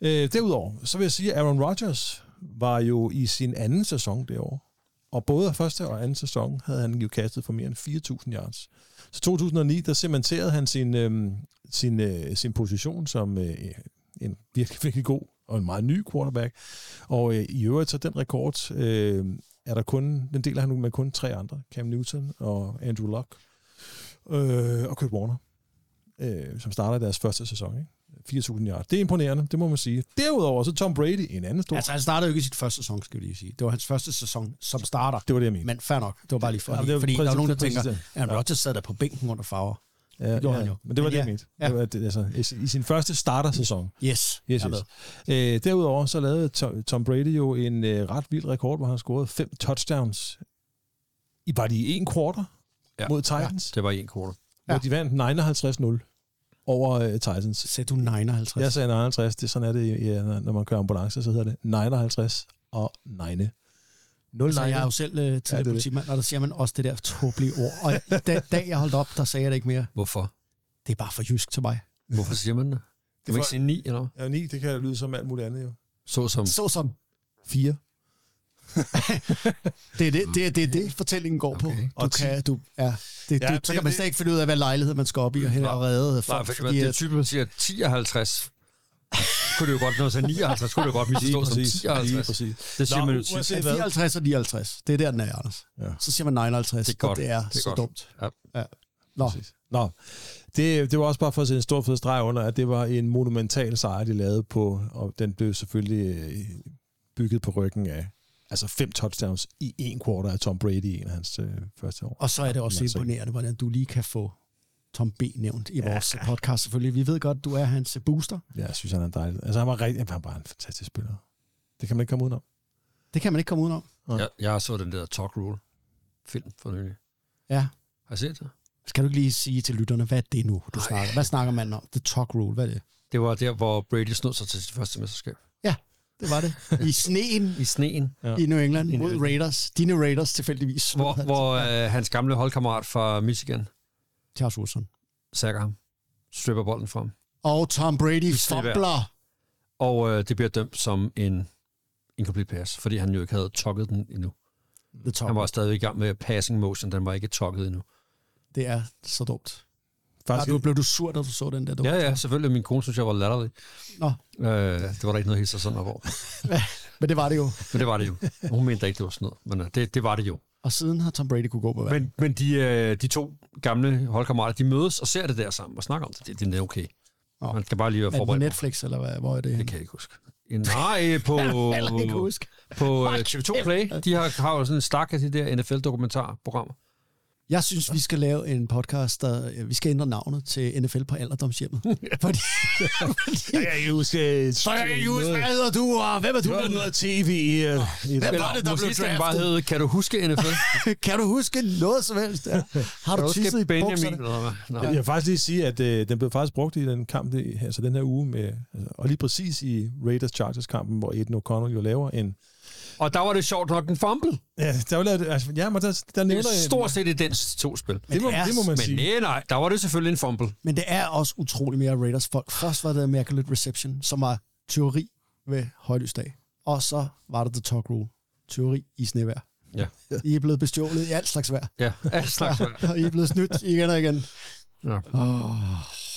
F: Øh, derudover, så vil jeg sige, at Aaron Rodgers var jo i sin anden sæson det år. Og både første og anden sæson havde han jo kastet for mere end 4.000 yards. Så 2009, der cementerede han sin, øh, sin, øh, sin position som øh, en virkelig, (laughs) virkelig god og en meget ny quarterback. Og øh, i øvrigt så den rekord, øh, er der kun, den deler han nu med kun tre andre. Cam Newton og Andrew Luck øh, og Kurt Warner, øh, som starter i deres første sæson. Ikke? 4.000 yards. Det er imponerende, det må man sige. Derudover så Tom Brady, en anden stor...
E: Altså, han startede jo ikke i sit første sæson, skal jeg lige sige. Det var hans første sæson, som starter.
F: Det var det, jeg mente.
E: Men fair nok. Det var bare lige for,
F: Ja,
E: ja,
F: det var
E: fordi der
F: præcis-
E: er nogen, der
F: det var
E: tænker,
F: præcis
E: at Aaron Rodgers sad der på bænken under farver.
F: ja,
E: gjorde han jo.
F: Men det var det,
E: Men
F: jeg
E: ja,
F: mente.
E: ja.
F: Det var, det, altså, i sin- I sin første startersæson.
E: Yes,
F: Yes,
E: jeg er
F: yes. Øh, derudover så lavede To- Tom Brady jo en øh, ret vild rekord, hvor han scorede fem touchdowns i bare de en quarter
G: Ja.
F: ja. mod Titans, ja.
G: Det var i en quarter.
F: hvor
E: Ja.
F: de vandt 59-0 over øh, Titans.
E: Sagde du 59?
F: Jeg sagde 59, det er sådan er det, ja, når man kører ambulance, så hedder det 59 og 9. 0
E: Altså, jeg er jo
F: altså,
E: selv øh,
F: Ja, det er
E: tidligere
F: det.
E: politimand, og der siger man også det der tåbelige ord. Og i den dag, jeg holdt op, der sagde jeg det ikke mere.
G: Hvorfor?
E: Det er bare for jysk til mig.
G: Hvorfor siger man det? Kan man ikke sige 9 eller hvad?
F: 9, det kan lyde som alt muligt andet jo.
G: Så som
E: Så som
G: (laughs)
F: 4.
E: det er det, det, er, det, er det fortællingen går okay. på. Du
F: Og
E: og
F: ti-
E: kan, du, ja, det, ja,
F: Ja,
E: det, så kan man
F: det-
E: slet ikke finde ud af, hvad lejlighed man skal op i og hen og redde
G: Nej,
E: folk.
G: for,
E: fordi
G: det er
E: at-
G: typen, man siger 59. kunne det jo godt nå til 59, kunne det jo godt misstå som 59.
F: præcis.
G: Det siger
F: Nå,
G: man jo
F: uanset
G: tit.
E: Ja,
F: hvad.
E: 54 og 59. Det er der, den er, Anders.
F: Ja.
E: Ja. Så siger man 59,
G: Det er godt.
E: og det er,
G: Det er
E: så
G: godt.
E: dumt.
G: Ja.
E: Ja. Nå,
F: Præcis. Nå, det, det var også bare for at sætte en stor fed streg under, at det var en monumental sejr, de lavede på, og den blev selvfølgelig øh, bygget på ryggen af altså fem touchdowns i en quarter af Tom Brady i en af hans øh, første år.
E: og så er det også
F: Ja, så-
E: imponerende, hvordan du lige kan få Tom B. nævnt i vores podcast selvfølgelig. Vi ved godt, du er hans booster.
F: Ja, jeg synes, han er dejlig. Altså, han var rigtig, han var bare en fantastisk spiller. Det kan man ikke komme udenom.
E: Det kan man ikke komme udenom.
G: Jeg, jeg så den der Talk Rule film for nylig.
E: Ja.
G: Har I set det?
E: Skal du ikke lige sige til lytterne, hvad er det nu, du snakker? Hvad snakker man om? The talk rule, hvad er det?
G: Det var der, hvor Brady snod sig til sit første mesterskab.
E: Det var det. I sneen
G: I sneen,
E: i New England mod Raiders. Dine Raiders tilfældigvis.
G: hvor, hvor øh, hans gamle holdkammerat fra Michigan
E: Charles Woodson.
G: sækker ham, stripper bolden frem.
E: Og Tom Brady
G: Slipper.
E: fobler.
G: Og øh, det bliver dømt som en incomplete pass, fordi han jo ikke havde tokket den endnu.
E: The talk
G: Han var
E: rule.
G: stadig i gang med passing motion, den var ikke tokket endnu.
E: Det er så dumt.
F: Faktisk,
E: Ja, du, blev du sur, da du så den der? Du?
G: Altså- Ja, ja, selvfølgelig. Min kone synes, jeg var latterlig.
E: Nå.
G: Øh, det var der ikke noget helt så sådan op over.
E: Men det var det jo.
G: Men det var det jo. Hun mente ikke, det var sådan noget. Men øh, det, det var det jo.
E: Og siden har Tom Brady kunne gå på vand.
G: Men, men de, øh, de to gamle holdkammerater, de mødes og ser det der sammen og snakker om det. Det, det er okay.
E: Nå.
G: Man skal bare lige være
E: Er det på
G: forberedt.
E: Netflix, eller hvad, hvor er det?
G: Det kan jeg ikke huske. En, nej, på,
E: (laughs) jeg ikke huske.
G: på øh, TV2 Play. De har, har jo sådan en stak af de der NFL-dokumentarprogrammer.
E: Jeg synes, vi skal lave en podcast, der... Vi skal ændre navnet til NFL på
G: (laughs)
E: alderdomshjemmet. fordi, fordi,
F: jeg kan huske...
E: (laughs) så jeg kan ikke huske, hvad hedder du, og øh, (laughs) hvem er du?
F: Det var noget tv. Øh, i
E: Hvem
F: det.
E: var det, der blev
G: Måske skal den bare
E: draftet?
G: hedde, kan du huske NFL? kan
E: Kan du huske noget som helst? Ja. Har
G: du
E: du
G: huske
E: tisset i
G: Benjamin?
E: bukserne?
G: Eller hvad? Nej.
F: Jeg vil faktisk lige sige, at øh, den blev faktisk brugt i den kamp, det, altså den her uge, med, altså, og lige præcis i Raiders-Chargers-kampen, hvor Aiden O'Connell jo laver en...
G: Og der var det sjovt nok en fumble.
F: Ja, der, var lavet, altså, ja, men der, der
G: Det
F: nævner...
G: er stort set idens to spil.
F: det, må, det må man
G: Men
F: sige.
G: nej, nej, der var det selvfølgelig en fumble.
E: Men det er også utrolig mere Raiders folk. Først var det Immaculate Reception, som var teori ved højlysdag. Og så var der The Talk Rule. Teori i snevær.
G: Ja.
E: I er blevet bestjålet i alt slags vejr.
G: Ja, alt slags. vejr.
E: Og I er blevet snydt igen og igen.
G: Ja.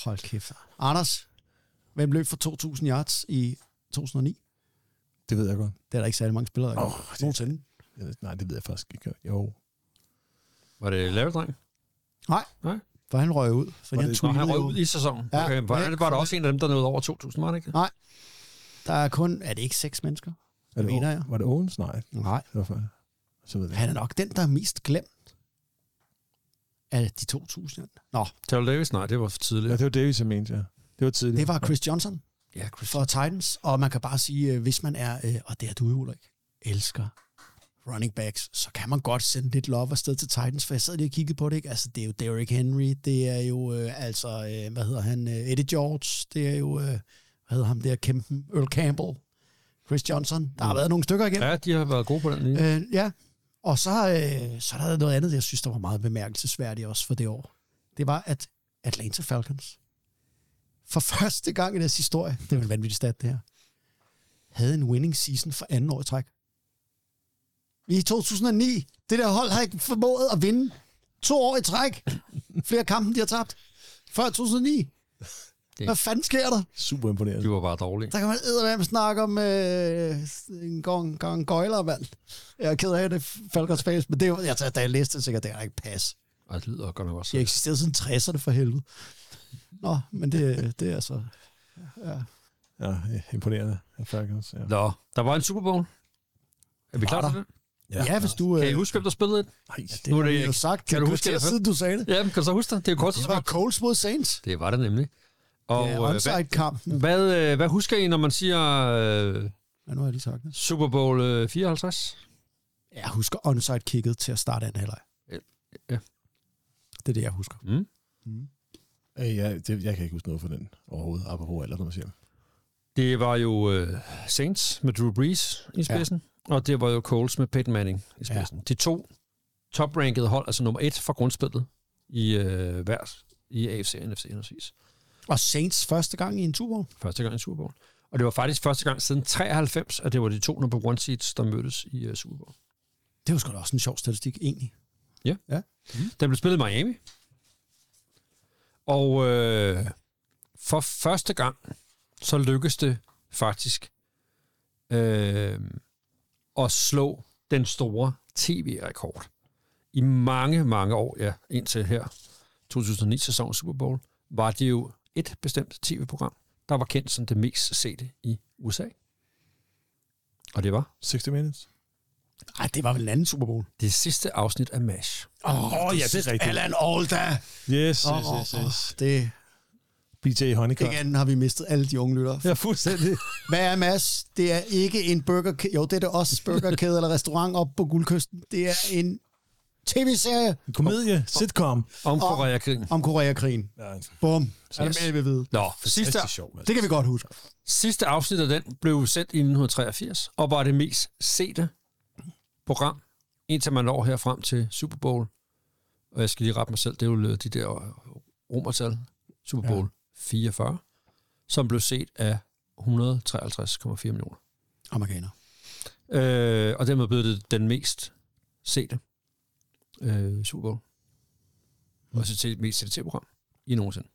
E: Hold kæft. Anders, hvem løb for 2.000 yards i 2009?
F: Det ved jeg godt.
E: Det er der ikke særlig mange spillere, der
F: Åh,
E: oh,
F: det-
E: nogensinde.
F: Jeg ved- Nej, det ved jeg faktisk ikke. Jo.
G: Var det Larry, dreng?
E: For han røg ud. For
F: Var
E: han
F: det-
G: Nå, han
E: tweetede
G: røg
E: jo.
G: ud i sæsonen.
E: Ja.
G: Okay, var, det, var der også en af dem, der nåede over 2.000, var det ikke?
E: Der er kun, er det ikke seks mennesker?
F: Er det,
E: Mener jeg.
F: Var det Owens? Nej.
E: Nej.
F: i hvert fald. Så ved jeg.
E: Han er nok den, der er mest glemt af de 2.000. Nå,
G: Terrell Davis? Nej, det var for
F: Ja,
G: tidligt.
F: det var Davis, jeg mente, ja. Det var tidligt.
E: det var Chris Johnson
G: Ja, Chris.
E: for Titans, og man kan bare sige, øh, hvis man er, øh, og det er du jo, Ulrik, elsker running backs, så kan man godt sende lidt love afsted til Titans, for jeg sad lige og kiggede på det, ikke? Altså, det er jo Derrick Henry, det er jo, øh, altså, øh, hvad hedder han, øh, Eddie George, det er jo, øh, hvad hedder ham der, kæmpen, Earl Campbell, Chris Johnson, der har
G: Mm.
E: været nogle stykker igen.
G: Ja, de har været gode på den linje.
E: Øh, ja, og så, øh, så er der noget andet, jeg synes, der var meget bemærkelsesværdigt også for det år. Det var, at Atlanta Falcons for første gang i deres historie, det er jo en vanvittig stat det her, havde en winning season for anden år i træk. I 2009, det der hold har ikke formået at vinde to år i træk. Flere kampe, de har tabt. Før 2009. Hvad fanden sker der?
F: Super imponerende.
G: De var bare dårlige.
E: Der kan man eddermame snakke om øh, en gang, gang gøjler, mand. Jeg er ked af det, Falkers fans, men det var, jeg, da jeg læste det, tænkte jeg, det kan da ikke passe.
G: Ej, det lyder godt nok også.
E: De har eksisteret siden 60'erne for helvede. Nå, men det, det er så
F: Ja, ja, imponerende. af Falcons, ja.
G: Nå, der var en Super Bowl. Er vi klar
E: Var
G: til
E: der?
G: det?
E: Ja, ja hvis du... øh,
G: Kan I huske, hvem der spillede det?
F: Ej,
E: det nu
G: nu er
E: er
G: det
E: det jo
G: ikke-
E: sagt.
G: Kan
E: Kan
G: du
E: du
G: huske det?
E: Siden du sagde det.
G: Ja, kan du så huske det? Det er jo kort
E: Det var Coles mod Saints.
G: Det var det nemlig. Og
E: Og, ja,
G: øh, hvad,
E: onside kamp.
G: hvad, øh, hvad husker I, når man siger øh,
E: Ja, nu har jeg lige sagt det.
G: Super Bowl øh, 54?
E: Jeg husker onside kicket til at starte anden halvleg.
G: Ja. Ja.
E: Det er det, jeg husker.
G: Mm.
F: Øh, ja, det, jeg kan ikke huske noget for den overhovedet, apropos eller noget, man siger.
G: Det var jo øh, Saints med Drew Brees i spidsen, ja. og det var jo Coles med Peyton Manning i spidsen. Ja. De to top-rankede hold, altså nummer et fra grundspillet i øh, hver i AFC og NFC henholdsvis.
E: Og Saints første gang i en Super Bowl.
G: Første gang i Super Bowl. Og det var faktisk første gang siden 93, at det var de to number one seeds, der mødtes i uh, Super Bowl.
E: Det var sgu da også en sjov statistik, egentlig.
G: Den blev spillet i Miami. Og øh, for første gang, så lykkedes det faktisk øh, at slå den store tv-rekord. I mange, mange år, ja, indtil her, 2009-sæsonen Super Bowl, var det jo et bestemt tv-program, der var kendt som det mest sete i USA. Og det var
F: 60 Minutes.
E: Nej, det var vel en anden Super Bowl.
G: det sidste afsnit af MASH.
E: Åh, oh,
F: ja, det er rigtigt.
E: Alan Alda.
F: Yes,
E: Åh,
F: yes, yes, yes.
E: Det,
F: BJ Honeycutt.
E: igen har vi mistet alle de unge lyttere.
F: Ja, fuldstændig.
E: Hvad er Mads? Det er ikke en burgerkæde. Jo, det er det også burgerkæde eller restaurant op på Guldkysten. Det er en tv-serie
F: Komedie, sitcom.
G: Om
E: Og-
G: Koreakrigen.
E: om Koreakrigen.
F: Ja,
E: Bum. Er det med, vi ved?
G: Nå, sidste,
F: sjovt, mand.
E: Det kan vi godt huske.
G: sidste afsnit af den blev sendt i 1983, og var det mest sete program, indtil man når her frem til Super Bowl. Og jeg skal lige rette mig selv, det er jo de der øh, romertal, Super Bowl ja. 44, som blev set af 153,4 millioner.
E: Amerikaner.
G: Øh, og dermed blev det den mest sete øh, Super Bowl.
E: Mm.
G: Og så til det mest sete program i nogensinde.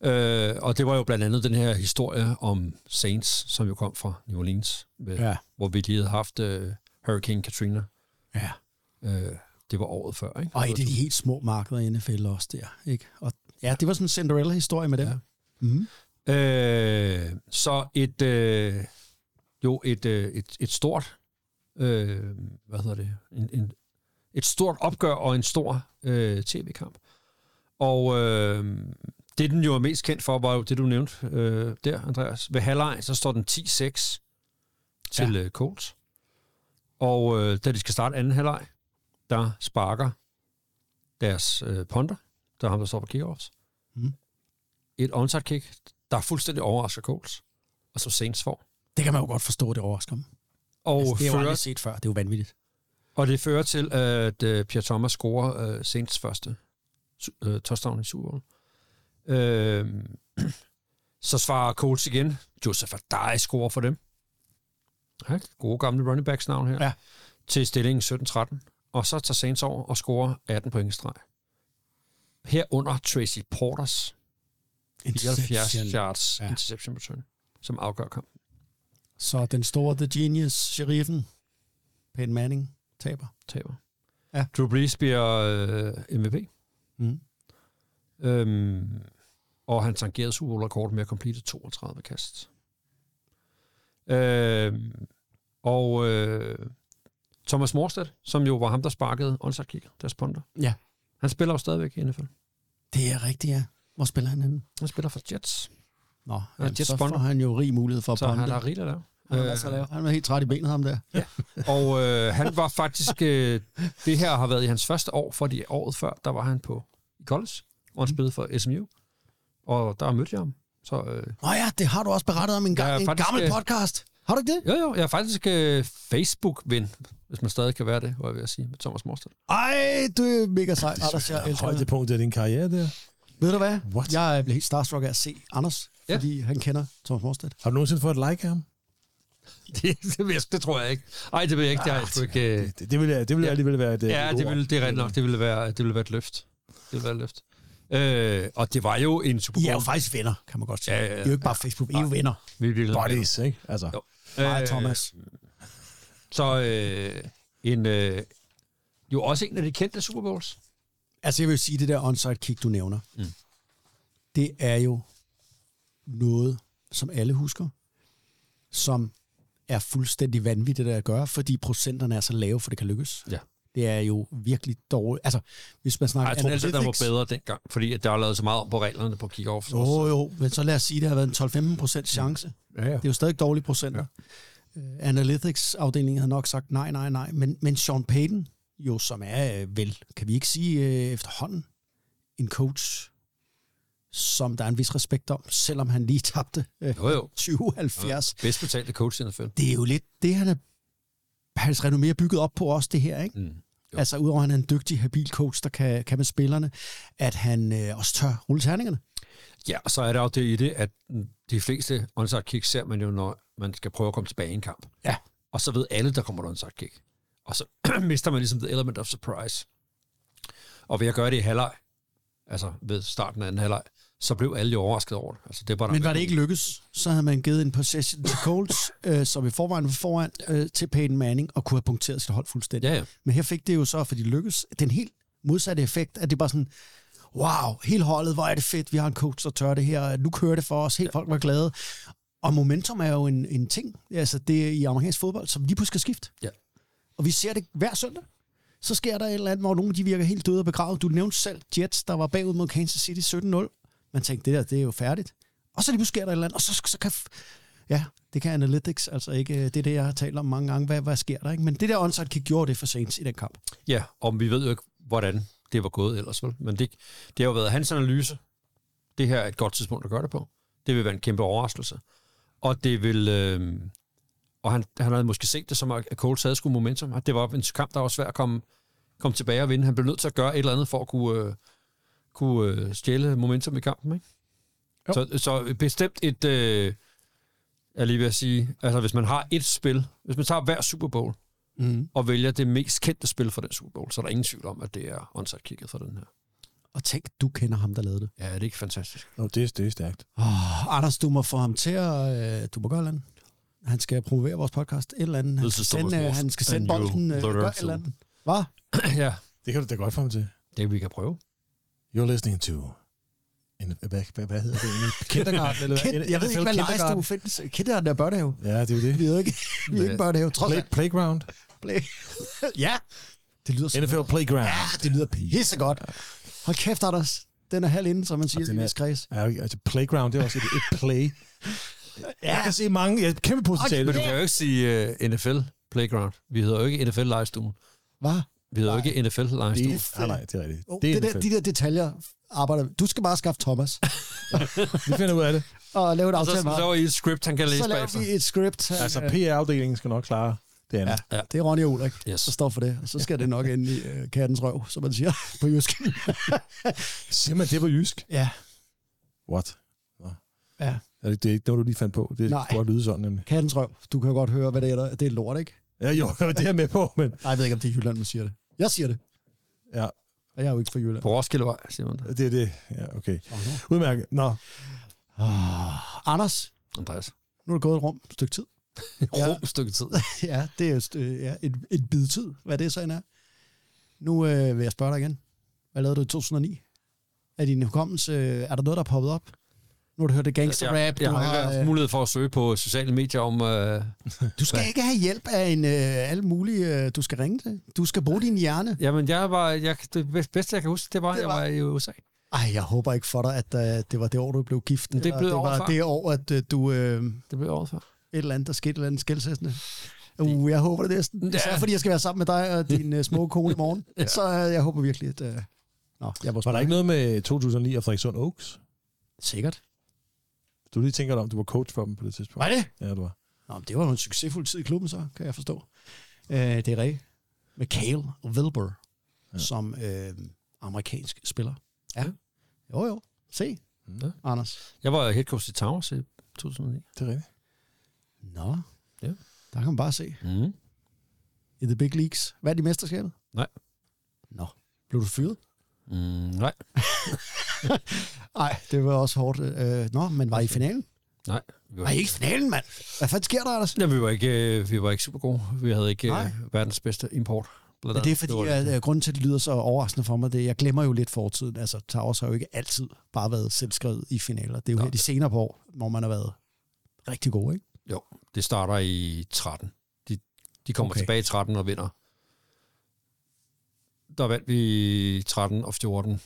G: Øh, og det var jo blandt andet den her historie om Saints, som jo kom fra New Orleans, med, ja.
E: Ja.
G: hvor vi lige havde haft øh, Hurricane Katrina.
E: Ja.
G: Øh, det var året før, ikke?
E: Og et af de helt små markeder i NFL også der. Ikke? Og, ja, det var sådan en Cinderella-historie med dem. Mhm. Ja.
G: Øh, så et øh, jo et, øh, et, et stort øh, hvad hedder det en, en, et stort opgør og en stor øh, tv-kamp og øh, det den jo er mest kendt for var jo det du nævnte øh, der Andreas ved halvleg så står den 10-6 til ja. øh, Colts og øh, da de skal starte anden halvleg der sparker deres øh, ponder der er ham der står på kickoffs et onside kick, der fuldstændig overrasker Coles, og som Saints får.
E: Det kan man jo godt forstå, det overrasker mig.
G: Og,
E: Altså, det har jeg jo
G: fører,
E: aldrig set før. Det er jo vanvittigt.
G: og det fører til, at uh, Pierre Thomas scorer uh, Saints første uh, touchdown i Super Bowl. Uh, (clears throat) så svarer Coles igen. Joseph Adai scorer for dem. Ja, gode gamle running backs navn her.
E: Ja.
G: Til stillingen 17-13. Og så tager Saints over og scorer 18 point i streg. Herunder Tracy Porters 74 yards ja.
E: Ja.
G: interception return, som afgør kampen.
E: Så den store The Genius, sheriffen, Peyton Manning, taber.
G: taber.
E: Ja.
G: Drew Brees bliver øh, MVP.
E: Mm.
G: Øhm, og han tangerede Super Bowl-rekorden med at complete 32 kast. Øhm, og øh, Thomas Morstedt, som jo var ham, der sparkede onside kick, deres punter.
E: Ja.
G: Han spiller jo stadigvæk i NFL.
E: Det er rigtigt, ja. Hvor spiller han henne?
G: Han spiller for Jets.
E: Nå,
G: Ja,
E: jamen,
G: Jets
E: så
G: Bond.
E: får han jo rig mulighed for at
G: Så han
E: bonde.
G: har rigeligt at lave.
E: Han har Øh, masser at lave. Han var helt træt i benet, ham der.
G: Og øh, han var faktisk, øh, det her har været i hans første år, fordi året før, der var han på i college, og han
E: Mm.
G: spillede for SMU, og der mødte jeg ham. Så øh,
E: Nå ja, det har du også berettet om en, gang,
G: Ja,
E: en
G: faktisk,
E: gammel
G: øh,
E: podcast. Har du ikke det?
G: jo jo, jeg er faktisk øh, Facebook-ven, hvis man stadig kan være det, var jeg ved at sige, med Thomas Morstedt.
E: Ej, du er mega sej, Anders. Jeg elsker dig.
F: Højdepunkt af din karriere der.
E: Ved du hvad?
F: What?
E: Jeg blev helt starstruck af at se Anders,
G: Ja.
E: fordi han kender Thomas Morstedt.
F: Har du nogensinde fået et like af ham?
G: (laughs) Det, det, ved jeg- det tror jeg ikke. Nej, det ved jeg ikke, det har jeg sgu ikke. Øh,
F: Ah, Det, det ville, jeg- det ville
G: Ja.
F: ja. alligevel være et øh,
G: ja,
F: et
G: det,
F: ord.
G: ville, det er rigtigt nok, det ville være, det ville være et løft. Det ville være et løft. Øh, og det var jo en Super
E: I
G: Bowl.
E: er jo faktisk venner, kan man godt sige.
G: Ja, ja, ja.
E: I er jo ikke bare Facebook, I er jo venner.
G: Vi er virkelig-
F: Buddies, ikke? Altså,
G: Jo.
E: Nej,
G: Øh,
E: Thomas.
G: Så øh, en, øh, jo også en af de kendte Super Bowls.
E: Altså, jeg vil sige, det der onside kick, du nævner, mm. det er jo noget, som alle husker, som er fuldstændig vanvittigt at gøre, fordi procenterne er så lave, for det kan lykkes.
G: Ja.
E: Det er jo virkelig dårligt. Altså, hvis man
G: Ej,
E: snakker
G: jeg tror, at den var
E: analytics-
G: bedre dengang, fordi at der er lavet så meget om på reglerne på kick-offs.
E: Jo, oh, jo, men så lad os sige, at det har været en 12-15 procent chance.
F: Ja, ja.
E: Det er jo stadig dårlige procenter. Ja. Analytics-afdelingen havde nok sagt nej, nej, nej. Men, men Sean Payton, jo som er øh, vel, kan vi ikke sige øh, efterhånden, en coach, som der er en vis respekt om, selvom han lige (laughs) tabte øh,
G: Jo, jo.
E: 2070.
G: Bedst betalte coach i NFL.
E: Det er jo lidt det, han er, hans renommé er bygget op på også, det her, ikke?
G: Mm. Jo.
E: Altså, udover at han er en dygtig, habil coach, der kan, kan med spillerne, at han øh, også tør rulle terningerne.
G: Ja, og så er der jo det i det, at de fleste onside kicks ser man jo, når man skal prøve at komme tilbage i en kamp.
E: Ja.
G: Og så ved alle, der kommer et onside kick. Og så (clears throat) mister man ligesom the element of surprise. Og ved at gøre det i halvleg, altså ved starten af anden halvleg, så blev alle jo overrasket over det. Altså, det var der
E: Men var det ikke lykkes, så havde man givet en possession til Colts, øh, som i forvejen var foran øh, til Peyton Manning, og kunne have punkteret sit hold fuldstændig.
G: Ja, ja.
E: Men her fik det jo så, fordi lykkes, den helt modsatte effekt, at det bare sådan, wow, hele holdet, hvor er det fedt, vi har en coach, der tør det her, nu kører det for os, helt folk var glade. Og momentum er jo en, en ting, altså det er i amerikansk fodbold, som lige pludselig skal skifte.
G: Ja.
E: Og vi ser det hver søndag. Så sker der et eller andet, hvor nogle de virker helt døde og begravet. Du nævnte selv Jets, der var bagud mod Kansas City 17-0. Man tænkte, det der, det er jo færdigt. Og så lige pludselig sker der et eller andet, og så, så kan... Ja, det kan analytics, altså ikke. øh, Det er det, jeg har talt om mange gange. Hvad, hvad sker der, ikke? Men det der onside kick gjorde det for Saints i den kamp.
G: Ja, og vi ved jo ikke, hvordan det var gået ellers, vel? Men det, det har jo været hans analyse. Det her er et godt tidspunkt at gøre det på. Det vil være en kæmpe overraskelse. Og det vil... Øh, og han, han havde måske set det som, at Coles havde sgu momentum. Og Det var en kamp, der var svær at komme, komme tilbage og vinde. Han blev nødt til at gøre et eller andet for at kunne, øh, kunne øh, stjæle momentum i kampen, ikke?
F: Jo.
G: Så, så bestemt et... Øh, jeg er lige ved at sige, altså hvis man har et spil, hvis man tager hver Super Bowl,
E: Mm.
G: og vælger det mest kendte spil for den Super Bowl, så er der ingen tvivl om, at det er onside kicket for den her.
E: Og tænk, du kender ham, der lavede det.
G: Ja, er det ikke fantastisk?
F: Nå, det, er- det er stærkt.
E: Oh, Anders, du må få ham til at... Øh, du må gøre et eller andet. Han skal promovere vores podcast. Et eller andet. Han
G: This
E: skal
G: is Thomas
E: sende, øh,
G: Wolff,
E: han skal
G: and
E: sende
G: you
E: bolden. Øh,
G: learn
E: gør et
G: to-
E: eller andet. Hvad?
G: (clears throat) ja,
F: Det kan du da godt få ham til.
G: det vi kan prøve.
F: You're listening to... En, hvad, hvad, hvad hedder det
E: (laughs)
F: egentlig? (laughs) Kindergarten? Eller,
E: Kendt, jeg ved ikke, hvad legestue findes. Kindergarten er børnehave.
F: Ja, det er jo det.
E: Vi er jo ikke, (laughs) vi er ikke børnehave, trods
F: Play,
E: alt.
F: playground.
E: Play- ja, det lyder, så,
F: NFL Playground.
E: ah, det lyder pissegodt. Hold kæft, Anders. Den er halv inden, som man siger,
F: den
E: i
F: er-
E: er... kreds.
F: Ja, altså playground, det er også et, et play. Jeg kan se mange, jeg kæmpe potentiale.
G: Men du kan jo ikke sige uh, NFL Playground. Vi hedder jo ikke NFL Legestuen.
E: Hvad?
G: Vi hedder jo ikke NFL Legestuen.
F: Det, Ah, nej, nej, det er rigtigt.
E: Oh,
F: det er
E: det der, de der detaljer arbejder Du skal bare skaffe Thomas
F: Vi finder ud af det.
E: og lave et
G: Så,
E: aftale med
G: så
E: ham.
G: laver I et script, han kan læse
E: Altså, Så
G: bagefter.
E: laver vi et script.
F: Altså, PR-afdelingen skal nok klare det andet. Ja.
E: Det er Ronny og Ulrik,
G: Yes.
E: yes. der står for det. Og så skal det nok ind i øh, kattens røv, som man siger på jysk.
F: Siger man det på jysk?
E: ja,
F: What?
E: ja.
F: Er det, det er ikke noget, du lige fandt på. Det
E: Nej.
F: kunne godt lyde sådan, nemlig.
E: Kattens røv. Du kan jo godt høre, hvad det er. der- Det er lort, ikke?
F: Ja, jo, (laughs) det er jeg med på, men...
E: Nej, jeg ved ikke, om det er Jylland, man siger det. Jeg siger det.
F: Ja,
E: Og jeg er jo ikke fra Jylland.
G: På Roskildevej, siger man det.
F: det er det. Ja, okay. Udmærket. Nå,
E: Anders,
G: Andreas.
E: nu er der gået et rum et stykke tid.
G: (laughs) Ja. Rum stykke
E: (laughs)
G: tid.
E: Ja, det er jo øh, ja, et, et bid tid, hvad det så end er. Nu øh, vil jeg spørge dig igen. Hvad lavede du i 2009? Er din hukommelse, øh, er der noget, der er poppet op? Nu har du hørt det gangster
G: Jeg,
E: rap.
G: jeg
E: du,
G: har ikke
E: har, øh-
G: haft mulighed for at søge på sociale medier om... Uh,
E: du skal ikke have hjælp af en øh, alle mulige, øh, du skal ringe til. Du skal bruge din hjerne.
G: jamen, jeg var, jeg, det bedste- bedste, jeg kan huske, det var,
E: Det
G: jeg
E: var-
G: var i USA.
E: Ej, jeg håber ikke for dig, at øh, det var det år, du blev gift.
G: Men det
E: eller
G: blev
E: det
G: året
E: var
G: før.
E: det år, at øh, du... Øh,
G: Det blev året før.
E: et eller andet, der skete et eller andet skældsættende. Uh, jeg håber det næsten.
G: Ja.
E: Ja. Især fordi jeg skal være sammen med dig og din uh, små kone i
G: (laughs)
E: morgen. ja. Så uh, jeg håber virkelig, at... Uh... Nå, jeg må
F: var der
E: spørge.
F: ikke noget med 2009 og Frederikssund Oaks?
E: Sikkert.
F: Du lige tænker dig om, du var coach for dem på det tidspunkt.
E: Var det?
F: Ja, du var.
E: Nå, men det var jo en succesfuld tid i klubben, så kan jeg forstå. Uh, det er rigtigt. Med Cale Wilbur, ja. som øh, amerikansk spiller. Ja. Jo, jo. Se,
G: Ja.
E: ja. Anders.
G: Jeg var head coach i Towers i 2009.
F: Det er rigtigt.
E: Nå,
G: Ja.
E: ja. der kan man bare se.
G: Mm.
E: I the big leagues. Hvad er de mesterskabet?
G: Nej.
E: Nå. Blev du fyret?
G: Mm, nej,
E: Nej, det var også hårdt. Øh, nå, men var I i finalen?
G: nej. Vi var
E: Var I ikke i finalen, mand?
G: altså-
E: Hvad fanden sker der, Anders?
G: Ja, vi var ikke, øh, vi var ikke super gode. Vi havde ikke øh,
E: Nej.
G: verdens bedste import. Men
E: Men det er fordi, at, at grunden til, at det lyder så overraskende for mig, det er, jeg glemmer jo lidt fortiden. Altså, Towers har jo ikke altid bare været selvskrevet i finaler. Det er jo
G: Nå,
E: her de
G: det-
E: senere på år, hvor man har været rigtig god, ikke?
G: Jo, det starter i 13. De, de kommer
E: Okay.
G: okay. tilbage i 13 og vinder. Der vandt vi 13 og 14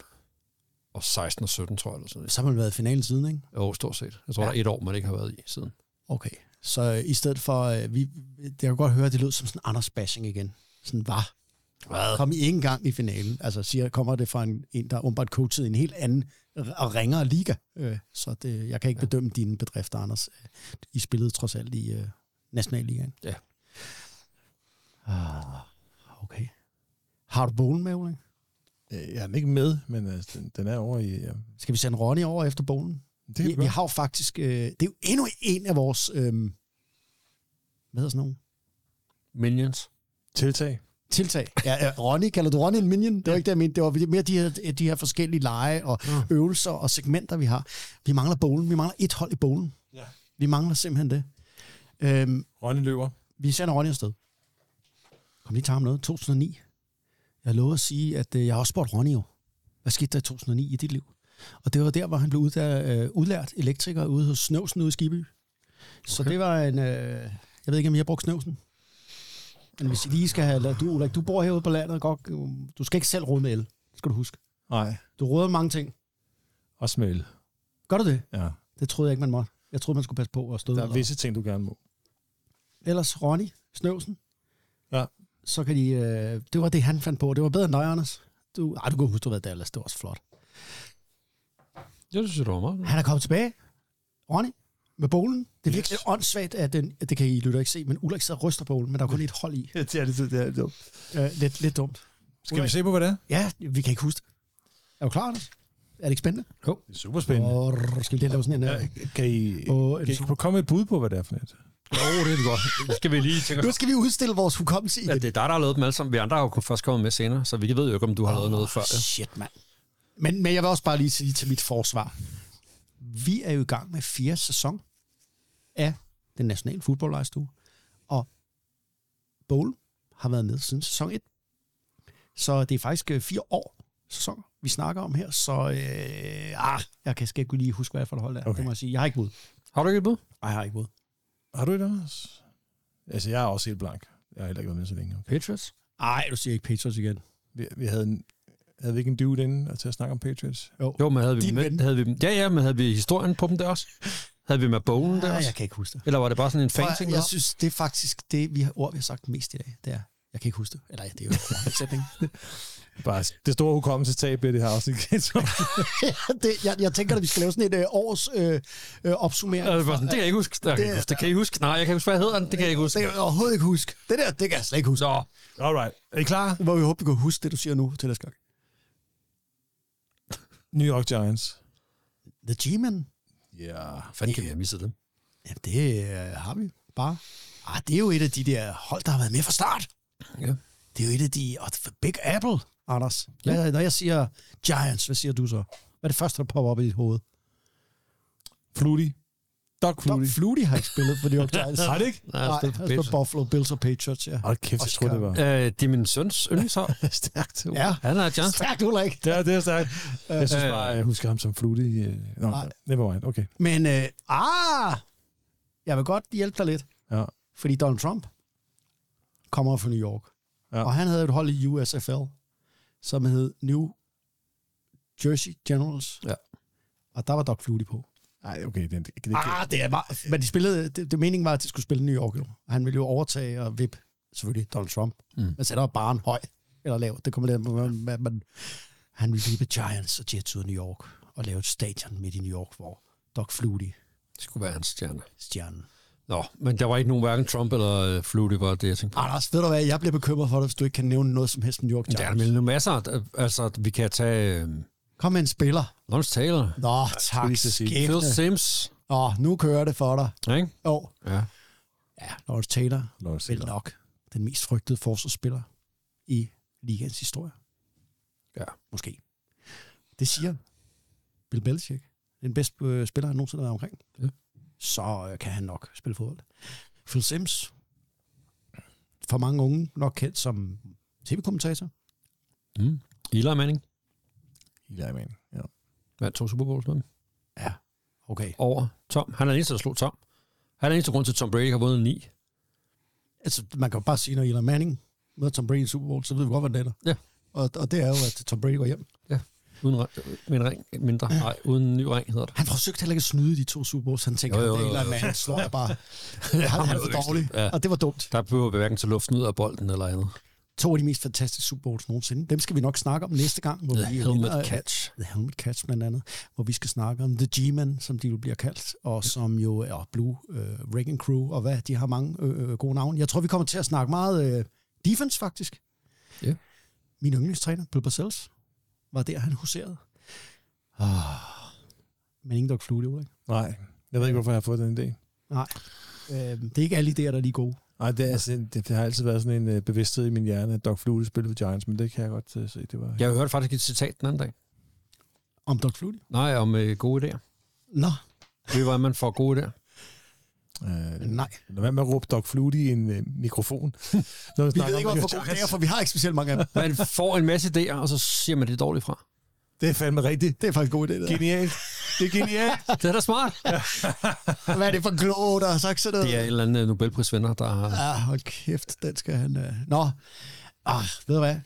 G: og 16 og 17, tror jeg. Eller sådan. noget.
E: Så har man været i finalen siden, ikke?
G: Jo, stort set. Jeg tror,
E: Ja.
G: ja. der er et år, man ikke har været i siden.
E: Okay. Så øh, i stedet for, øh, vi, det kan godt høre, at det lød som sådan Anders bashing igen. Sådan var.
G: Hvad?
E: Kom I ikke engang i finalen? Altså siger, kommer det fra en, en der åbenbart coachede en helt anden r- og ringere liga. Øh, så det, jeg kan ikke ja. bedømme dine bedrifter, Anders. Øh, I spillede trods alt i øh, Nationalligaen.
G: Ja.
E: Ah, okay. Har du bolenmavling?
F: Øh, Jeg er ikke med, men altså, den, den er over i... Ja.
E: Skal vi sende Ronny over efter bolen?
F: Det
E: Vi,
F: kan vi
E: vi
F: godt.
E: har jo faktisk... Øh, det er jo endnu en af vores... Øh, hvad hedder sådan nogle?
G: Minions.
F: Tiltag.
E: tiltag. Ja, ja, Ronny, kalder du Ronny en minion? Det var ikke det, jeg mente. Det var mere de her, de her forskellige lege og mm. øvelser og segmenter, vi har. Vi mangler bowlen. Vi mangler et hold i bowlen. Ja. Vi mangler simpelthen det. Øhm,
F: Ronny løber.
E: vi sender Ronny afsted. Kom lige tage ham noget. 2009. Jeg lovede at sige, at øh, jeg har også spurgt Ronny jo. Hvad skete der i 2009 i dit liv? Og det var der, hvor han blev udlært, øh, udlært elektriker ude hos Snøvsen ude i Skiby. Så det var en... Øh, jeg ved ikke, om jeg har brugt Snøvsen. Men hvis I lige skal have... Du, Ulrik, du bor herude på landet. Godt, øh, du skal ikke selv rode med el. Det skal du huske.
F: Nej.
E: Du råder mange ting.
F: Og smæl.
E: Gør du det?
F: Ja.
E: Det troede jeg ikke, man måtte. Jeg troede, man skulle passe på at stå
F: Der
E: ud
F: er
E: og-
F: visse ting, du gerne må.
E: ellers Ronny Snøvsen.
F: Ja.
E: Så kan de... Øh, det var det, han fandt på. Det var bedre end dig, Anders. Du, ej, du kan huske, du var i Dallas. Det var også flot.
G: Ja, det synes jeg, det var
F: Mm.
G: meget.
E: Han er kommet tilbage. Ronny, med bowlen. Det er
F: Yes.
E: virkelig åndssvagt, at den, det kan I lytter ikke se, men Ulrik sidder og ryster bowlen, men der er kun et
F: (laughs)
E: hold i.
F: Mm. det er det, det er det.
E: Øh, lidt, lidt dumt.
F: Skal vi se på, hvad det er?
E: Ja, vi kan ikke huske det. Er du klar, Anders? Er det ikke spændende?
F: Det er super spændende.
E: Og skal vi lige lave sådan en... øh,
F: Ja,
E: Ja.
F: kan I,
E: Og-
F: kan I kunne komme med et bud på, hvad det er for noget?
G: Jo, det er det godt. Det skal vi lige tænke
E: Nu skal vi udstille vores hukommelse igen.
G: Ja, det er dig, der har lavet dem alle sammen. Vi andre har jo kun først kommet med senere, så vi ved jo ikke, om du har lavet noget før. Ja.
E: Shit, mand. Men, men jeg vil også bare lige sige til mit forsvar. Vi er jo i gang med fjerde sæson af den nationale fodboldlejstue, og Bowl har været med siden sæson 1. Så det er faktisk øh, fire år sæson, vi snakker om her, så øh, ah, jeg kan skal ikke lige huske, hvad jeg for et hold er. Okay.
F: Okay.
E: Det må jeg sige. Jeg har ikke bud.
G: Har du ikke et bud?
E: Ej, jeg har ikke bud.
F: Har du et, Anders? Altså, jeg er også helt blank. Jeg har heller ikke været med så længe.
G: Patriots?
E: Ej, du siger ikke Patriots igen.
F: Vi, vi havde, en, havde vi ikke en dude inde og til at snakke om Patriots?
G: Jo, men havde vi,
E: Din
G: dem
E: ven.
G: med, havde vi dem- Ja, ja, men havde vi historien på dem der også? Havde vi med bogen der
E: Ej,
G: også?
E: Ah, jeg kan ikke huske det.
G: Eller var det bare sådan en
E: Prøv at-
G: fan-ting?
E: jeg
G: deroppe?
E: synes, det er faktisk det vi har, ord, vi har sagt mest i dag. Det er, jeg kan ikke huske det. Eller ja, det er jo en (laughs) sætning.
F: Bare det store hukommelsestab bliver det her
E: (laughs)
F: afsnit.
E: det, jeg, jeg tænker, at vi skal lave sådan et øh, års øh, øh, opsummering.
G: Ja, det, var sådan, det kan jeg ikke huske. Jeg kan
E: Det-
G: ikke huske. Det kan jeg ikke huske. Nej, jeg kan ikke huske, hvad hedder den. Det kan jeg ikke huske.
E: Det kan jeg overhovedet ikke huske. Det der, det kan jeg slet ikke huske.
G: Nå,
F: Alright. Er I klar?
E: Hvor vi håber, du kan huske det, du siger nu til næste gang.
F: New York Giants.
E: The G-Man?
F: Ja.
G: fanden kan vi have misset dem?
E: Ja, det øh, har vi bare. Ah, det er jo et af de der hold, der har været med fra start.
G: Ja.
E: Det er jo et af de... Og for Big Apple, Anders. Ja. Hvad, når jeg siger Giants, hvad siger du så? Hvad er det første, der popper op i dit hoved?
F: Flutie. Doc
E: Doc
F: Flutie.
E: Flutie har ikke spillet for New York Giants.
F: Har det ikke?
G: Nej,
E: Nej,
G: det
E: han har spillet Buffalo Bills og Patriots, ja.
F: Hold kæft, jeg
E: Oscar.
F: troede, det var
G: øh, det er min søns yndlingshold.
F: stærkt.
E: Ja,
G: Han
E: (laughs)
G: er Giants.
E: stærkt Ulrik.
F: Det er, det er stærkt. Jeg synes
G: Øh.
F: bare, jeg husker ham som Flutie. øh, Nå,
E: Nej.
F: never mind. Okay.
E: Men, øh, ah, jeg vil godt hjælpe dig lidt.
F: Ja.
E: Fordi Donald Trump kommer fra New York. Ja.
F: Ja.
E: Og han havde et hold i USFL, som hed New Jersey Generals.
G: Ja.
E: Og der var Doc Flutie på.
F: Nej, okay. Det, det, det,
E: Ah, det er bare... Men de spillede, det, det meningen var, at de skulle spille i New York. Jo. Og Han ville jo overtage og vip, selvfølgelig, Donald Trump. Mm. Man sætter baren høj eller lav. Det kommer lidt an på, hvad man, man, han ville vippe Giants og Jets ud af New York og lave et stadion midt i New York, hvor Doc Flutie
G: Det skulle være hans stjerne.
E: stjernen.
G: Nå, men der var ikke nogen, hverken Trump eller øh, Flutie, var det, jeg tænkte på.
E: Anders, ved du hvad, jeg bliver bekymret for dig, hvis du ikke kan nævne noget som helst om New York
G: Der er
E: Giants.
G: der vel masser. af- Altså, vi kan tage øh,
E: Kom med en spiller.
G: Lawrence Taylor,
E: Nå, tak.
F: lige til at sige.
G: Phil
E: Skæbne.
G: Sims.
E: Nå, nu kører det for dig.
G: Ikke?
E: Jo.
G: Ja.
E: Ja, Lawrence Taylor,
F: Lawrence
E: vel
F: Taylor.
E: nok den mest frygtede forsvarsspiller i ligens historie.
G: Ja.
E: Måske. Det siger Bill Belichick. Den bedste øh, spiller, han nogensinde har været omkring.
G: Ja.
E: Så øh, kan han nok spille fodbold. Phil Sims. For mange unge nok kendt som tv-kommentator.
G: Eli Manning
F: Eli Manning. Ja.
G: vandt to Super Bowls med dem.
E: Okay.
G: Over Tom. Han er den eneste, der slog Tom. Han er den eneste grund til, at Tom Brady har vundet ni.
E: Altså, man kan jo bare sige, når Elon Manning møder Tom Brady i Super Bowl, så ved vi godt, hvad den ender.
G: Ja.
E: Og, og det er jo, at Tom Brady går hjem.
G: Uden ring, med en ring mindre. Nej, uden en ny ring hedder det.
E: Han forsøgte heller ikke at snyde de to Super Bowls. Han tænker,
G: Jo, jo,
E: at
G: jo, jo.
E: Elon Manning slår jeg
G: (laughs)
E: bare. Han, han er for dårlig.
G: Ja.
E: Og det var dumt.
G: Der behøver vi hverken til luften ud af bolden eller andet.
E: To af de mest fantastiske Super Bowls nogensinde. Dem skal vi nok snakke om næste gang. Hvor
G: The
E: vi
G: helmet
E: vender-
G: catch.
E: The Helmet Cats blandt andet, hvor vi skal snakke om The G-Man, som de jo bliver kaldt, og som jo er Blue øh, Wrecking Crew, og hvad, de har mange øh, øh, gode navne. Jeg tror, vi kommer til at snakke meget øh, defense, faktisk.
G: Ja.
E: Min yndlingstræner, Bill Parcells, var der, han huserede. Oh. Men ingen, der kunne det, Ulrik.
F: Nej, jeg ved ikke, hvorfor jeg har fået den idé.
E: Nej, øh, det er ikke alle idéer, der er lige gode.
F: Nej, det, er, altså, det, det, har altid været sådan en øh, bevidsthed i min hjerne, at Doc Flutie spillede for Giants, men det kan jeg godt øh, se. Det var
G: Jeg hørte faktisk et citat den anden dag.
E: Om Doug Flutie?
G: Nej, om øh, gode idéer.
E: Nå,
G: Ved I, hvordan man får gode idéer?
F: Øh,
E: nej.
F: lad være med at råbe Doc Flutie i en øh, mikrofon. Når
E: (laughs) Vi ved ikke, hvorfor gode idéer, for vi har ikke specielt mange af dem.
G: Man får en masse idéer, og så siger man det er dårligt fra.
F: Det er fandme rigtigt.
E: Det er faktisk en god idé, det der.
F: Genialt. Det er
E: (laughs)
F: genialt.
G: Det er da smart.
E: Hvad er det for kloge, der har sagt sådan noget?
G: Det er en eller anden øh, Nobelprisvinder, der har...
E: Ja, hold kæft, den skal han... Øh... Nå, ah, ved du hvad?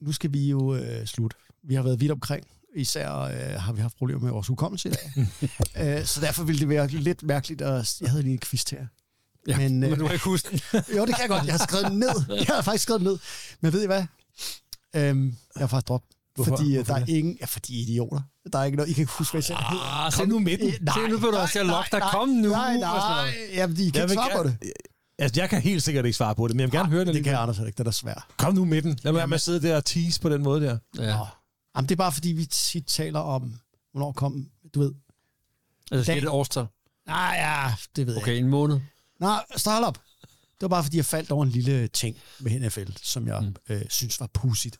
E: Nu skal vi jo øh, slutte. Vi har været vidt omkring. Især øh, har vi haft problemer med vores hukommelse i (laughs) dag. øh, så derfor ville det være lidt mærkeligt at... Jeg havde lige en quiz til jer.
G: Ja,
E: Men, øh,
G: men du har ikke
E: (laughs)
G: husket den.
E: jo, det kan jeg godt. Jeg har skrevet den ned. Jeg har faktisk skrevet den ned. Men ved I hvad? Øhm, jeg har faktisk droppet. Hvorfor? Fordi Hvorfor der er ingen... Ja, fordi I er idioter. Der er ikke noget... I kan ikke huske, hvad jeg selv hedder.
G: Ah, se nu med den.
E: Øh, nej,
G: Se nu, vil du
E: nej,
G: også til at lokke dig.
E: nej,
G: Kom nu.
E: Nej,
G: og sådan
E: nej.
G: noget.
E: Jamen, I kan ikke svare på det.
F: Altså, jeg kan helt sikkert ikke svare på det, men jeg vil gerne høre det.
E: Det kan Anders heller ikke. Den er svær.
F: Kom nu med den. Lad mig være med at sidde der og tease på den måde der.
G: Ja.
E: Jamen, det er bare, fordi vi tit taler om, hvornår kom, du ved.
G: Altså, skal
E: Dag.
G: det et årstal?
E: Nej, ja, det ved jeg
G: Ah, Okay, en måned.
E: ikke. Nej, så hold op. Det var bare, fordi jeg faldt over en lille ting med NFL, som jeg mm. øh, synes var pudsigt.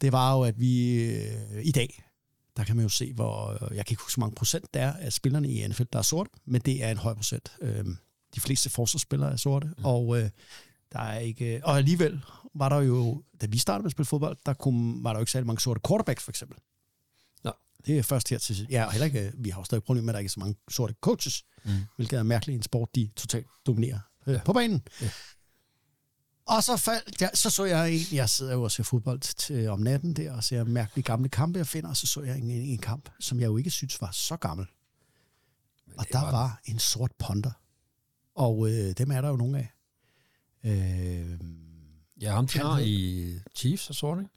E: Det var jo, at vi øh, i dag, der kan man jo se, hvor, øh, jeg kan ikke huske, hvor mange procent der er af spillerne i NFL, der er sorte, men det er en høj procent. Øh, de fleste forsvarsspillere er sorte, mm. og øh, der er ikke... øh, Og alligevel var der jo, da vi startede med at spille fodbold, der kunne, var der jo ikke særlig mange sorte quarterbacks, for eksempel.
G: Nå.
E: Det er først her til... Ja, og heller ikke, øh, vi har jo stadig problemer med, at der ikke er så mange sorte coaches, mm. hvilket er mærkeligt i en sport, de totalt dominerer øh, på banen. Ja. Og så faldt jeg, så så jeg en, jeg sidder jo og ser fodbold til, om natten der, og ser mærkelige gamle kampe, jeg finder, og så så jeg en, en kamp, som jeg jo ikke synes var så gammel. Og der var... var en sort ponder. Og øh, dem er der jo nogle af. Øh,
G: Ja, ham der
E: Han hed-
G: i Chiefs og sort, ikke?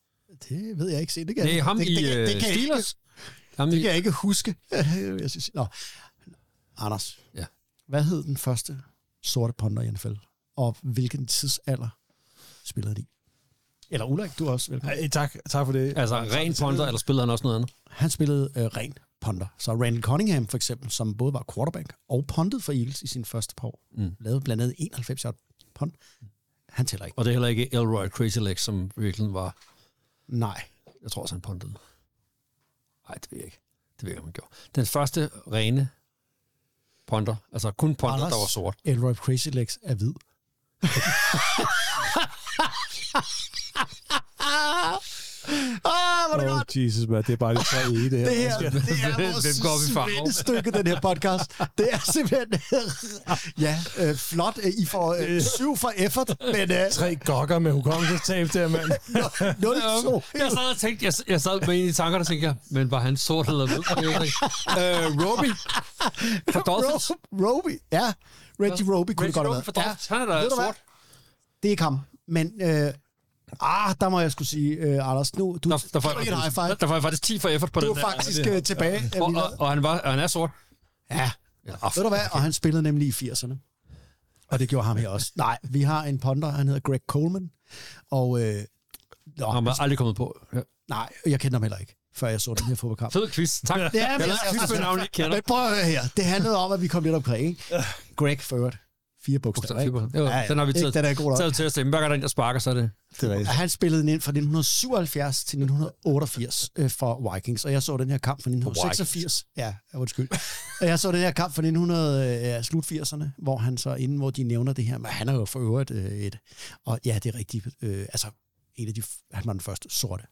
E: Det ved jeg ikke se. Det kan
G: Det
E: jeg,
G: er ham
E: det,
G: i
E: det, det,
G: øh,
E: det, kan jeg ikke,
G: Steelers. Ham i...
E: det kan jeg ikke huske. (laughs) jeg synes, nå. Anders,
G: Ja.
E: hvad hed den første sorte ponder i NFL? Og hvilken tidsalder spillede de? i? Eller Ulrik, du er også velkommen.
F: Ej, tak, tak for det.
G: Altså, ren punter, eller spillede han også noget andet?
E: Han spillede øh, ren ponder. Så Randall Cunningham for eksempel, som både var quarterback og pondede for Eagles i sin første par år, mm. lavede blandt andet 91 yard pond. Han tæller ikke.
G: Og det er heller ikke Elroy Crazy Legs, som virkelig var...
E: Nej.
G: Jeg tror også, han pondede. Nej, det ved jeg ikke. Det ved jeg ikke, om han gjorde. Den første rene ponder, altså kun ponder, der var sort.
E: Elroy Crazy Legs er hvid. ah, hvor er det
F: Oh,
E: godt.
F: Jesus, man. det er bare lidt træet i det her.
E: Det her,
F: Skal-
E: det er
G: (laughs) Hvem går op i farve?
E: vores stykke, den her podcast. Det er simpelthen... (laughs) ja, øh, flot. Øh, I får øh, syv for effort, men øh, (laughs)
F: Tre gokker med hukommelsestab der, mand.
E: 0-2.
G: Jeg sad og tænkte, jeg, jeg sad med en i tankerne og tænkte, jeg, men var han sort eller hvid? Jeg ved det ikke. øh,
E: (laughs)
G: Roby fra Dolphins.
E: Ro- Roby, ja. Reggie Roby kunne det godt have været.
G: Roby fra Dolphins. Han er da
E: Ved du hvad?
G: sort.
E: Det er ikke ham. Men, øh, ah, der må jeg skulle sige, øh, Anders, nu... Du,
G: Der, der, får
E: giv mig en high five.
G: jeg, der får jeg faktisk 10 for effort på
E: Du
G: den
E: er faktisk øh, tilbage.
G: der. Og, og, og han, var, og han er sort.
E: Ja.
G: Ja,
E: Ved du hvad? Og han spillede nemlig i 80'erne. Og det gjorde ham her også. Nej, vi har en ponder, han hedder Greg Coleman. Og øh, nå,
G: Han var aldrig kommet på. Ja.
E: nej, jeg kender ham heller ikke, før jeg så den her fodboldkamp.
G: Fed quiz. Tak.
E: Ja, men-
G: jeg lavede en quiz med navn, I ikke altså,
E: Altså,
G: kender.
E: Men prøv at høre her. Det handlede om, at vi kom lidt omkring. Ikke? Greg Ford. Fire
G: Altså,
E: bogstaver. Ikke?
G: Jo, Den har vi taget,
E: Den er god nok.
G: taget til os. Hver gang der er en, der sparker, så er det...
E: Han spillede den ind fra 1977 til 1988 øh, for Vikings, og jeg så den her kamp fra 1986. Ja, ja, undskyld. Og jeg så den her kamp fra 1900, øh, ja, slut 80'erne, hvor han så inden, hvor de nævner det her, men han er jo for øvrigt øh, et, og ja, det er rigtigt, øh, altså en af de, han var den første sorte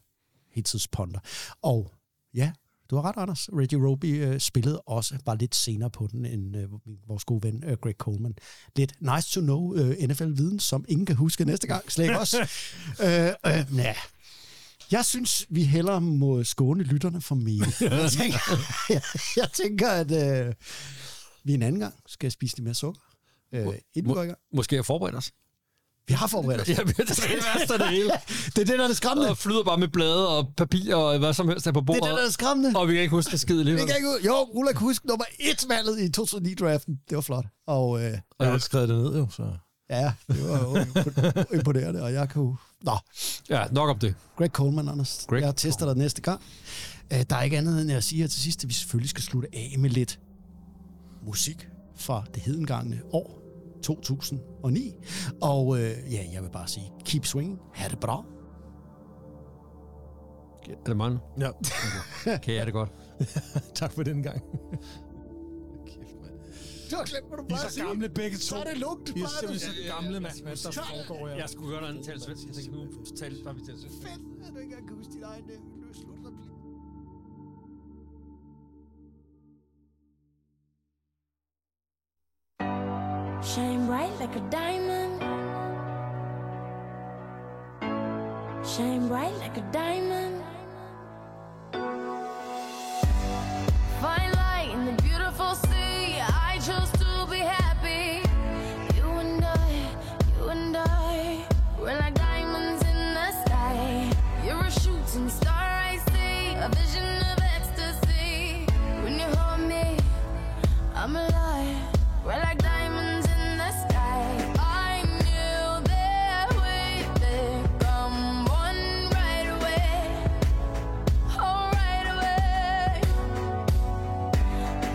E: heltidsponder. Og ja, du har ret, Anders. Reggie Roby øh, spillede også bare lidt senere på den end øh, vores gode ven øh, Greg Coleman. Lidt nice to know øh, NFL-viden, som ingen kan huske næste gang. Slet ikke os. øh, øh, ja. Jeg synes, vi hellere må skåne lytterne for mere. Jeg tænker, jeg, jeg tænker at øh, vi en anden gang skal spise lidt mere sukker. Øh, inden vi går i gang.
G: Måske jeg forbereder os.
E: Vi har forberedt os.
G: (laughs) Ja, men det er det værste af det (laughs) hele.
E: Det er det, der er det skræmmende.
G: Og flyder bare med blade og papir og hvad som helst der på
E: Det
G: bordet.
E: er det, der er skræmmende.
G: Og vi kan ikke huske det skide lige.
E: Vi kan ikke ud. Jo, Ulla kan huske nummer et valget i 2009-draften. Det var flot. Og øh,
F: Jeg har skrevet det ned, jo, så...
E: ja, det var jo imponerende, og jeg kan jo... Nå,
G: Ja, nok om det.
E: Greg Coleman, Anders. Greg
G: Greg
E: jeg tester dig næste gang. Øh, der er ikke andet end at sige her til sidst, at vi selvfølgelig skal slutte af med lidt musik fra det hedengangne år 2009. Og øh, ja, jeg vil bare sige, keep swinging, ha' det bra.
G: Er det mig nu?
F: Ja,
G: Kan jeg det godt?
F: tak for den gang.
E: Du har glemt, hvad du
F: De er så gamle begge to.
E: Så er det lugt,
F: De er
E: bare det.
F: simpelthen så gamle, mand. Hvad der foregår her?
G: skulle gøre noget til svensk. Jeg tænkte, nu talte bare vi til svensk.
E: Fedt, at du ikke engang kan huske din egen øh, slutreplik.
I: Shine bright like a diamond. Shine bright like a diamond. Find light in the beautiful sea. I chose to be happy. You and I, you and I, we're like diamonds in the sky. You're a shooting star, I see. A vision of ecstasy. When you hold me, I'm alive. We're like diamonds in the sky. I knew that we would come one right away. Oh, right away.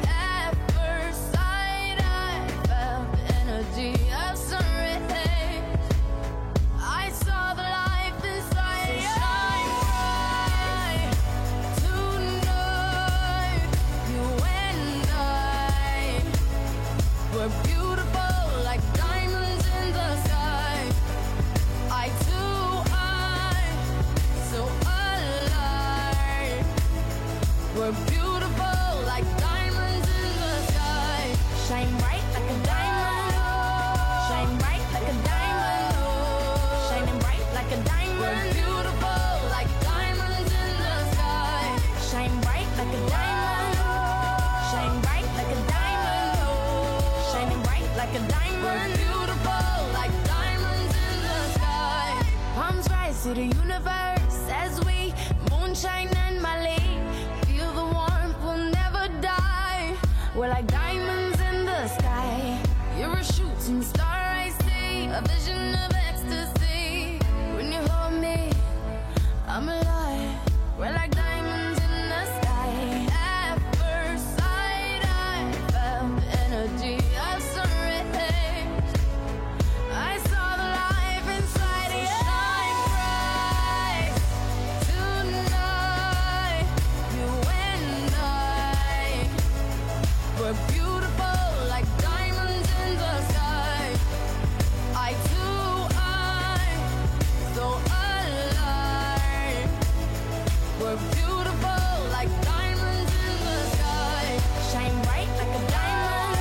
I: At first sight, I felt the energy of sunrise. I saw the life inside. So shine bright tonight. You and I. We're beautiful like diamonds in the sky. I too I so alive. We're beautiful like diamonds in the sky. Shine bright like a diamond. Shine bright like a diamond. Shining bright like a diamond. We're beautiful like diamonds in the sky. Shine bright like a diamond. Shine bright like a diamond. Shining bright like a diamond. We're beautiful like diamonds in the sky. Palms rise to the universe as we moonshine and Mali. Feel the warmth, we'll never die. We're like diamonds in the sky. You're a shooting star, I see. A vision of ecstasy. When you hold me, I'm alive. We're like diamonds in the sky. At first sight, I felt the energy of sunrise. I saw the life inside you. Shine bright tonight. You and I. We're beautiful like diamonds in the sky. I too I so alive. We're beautiful like diamonds in the sky. Shine bright like a diamond.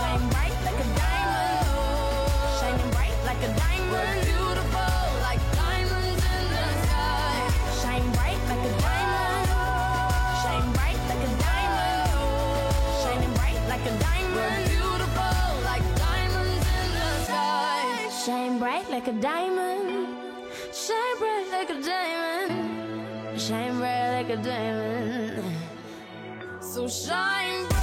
I: Shine bright like a diamond. Shining bright like a diamond. We're beautiful like diamonds in the sky. Shine bright like a diamond. Shine bright like a diamond. Shining bright like a diamond. We're beautiful like diamonds in the sky. Shine bright like a diamond. Shine bright like a diamond. Shine bright like a diamond. So shine bright. Oh,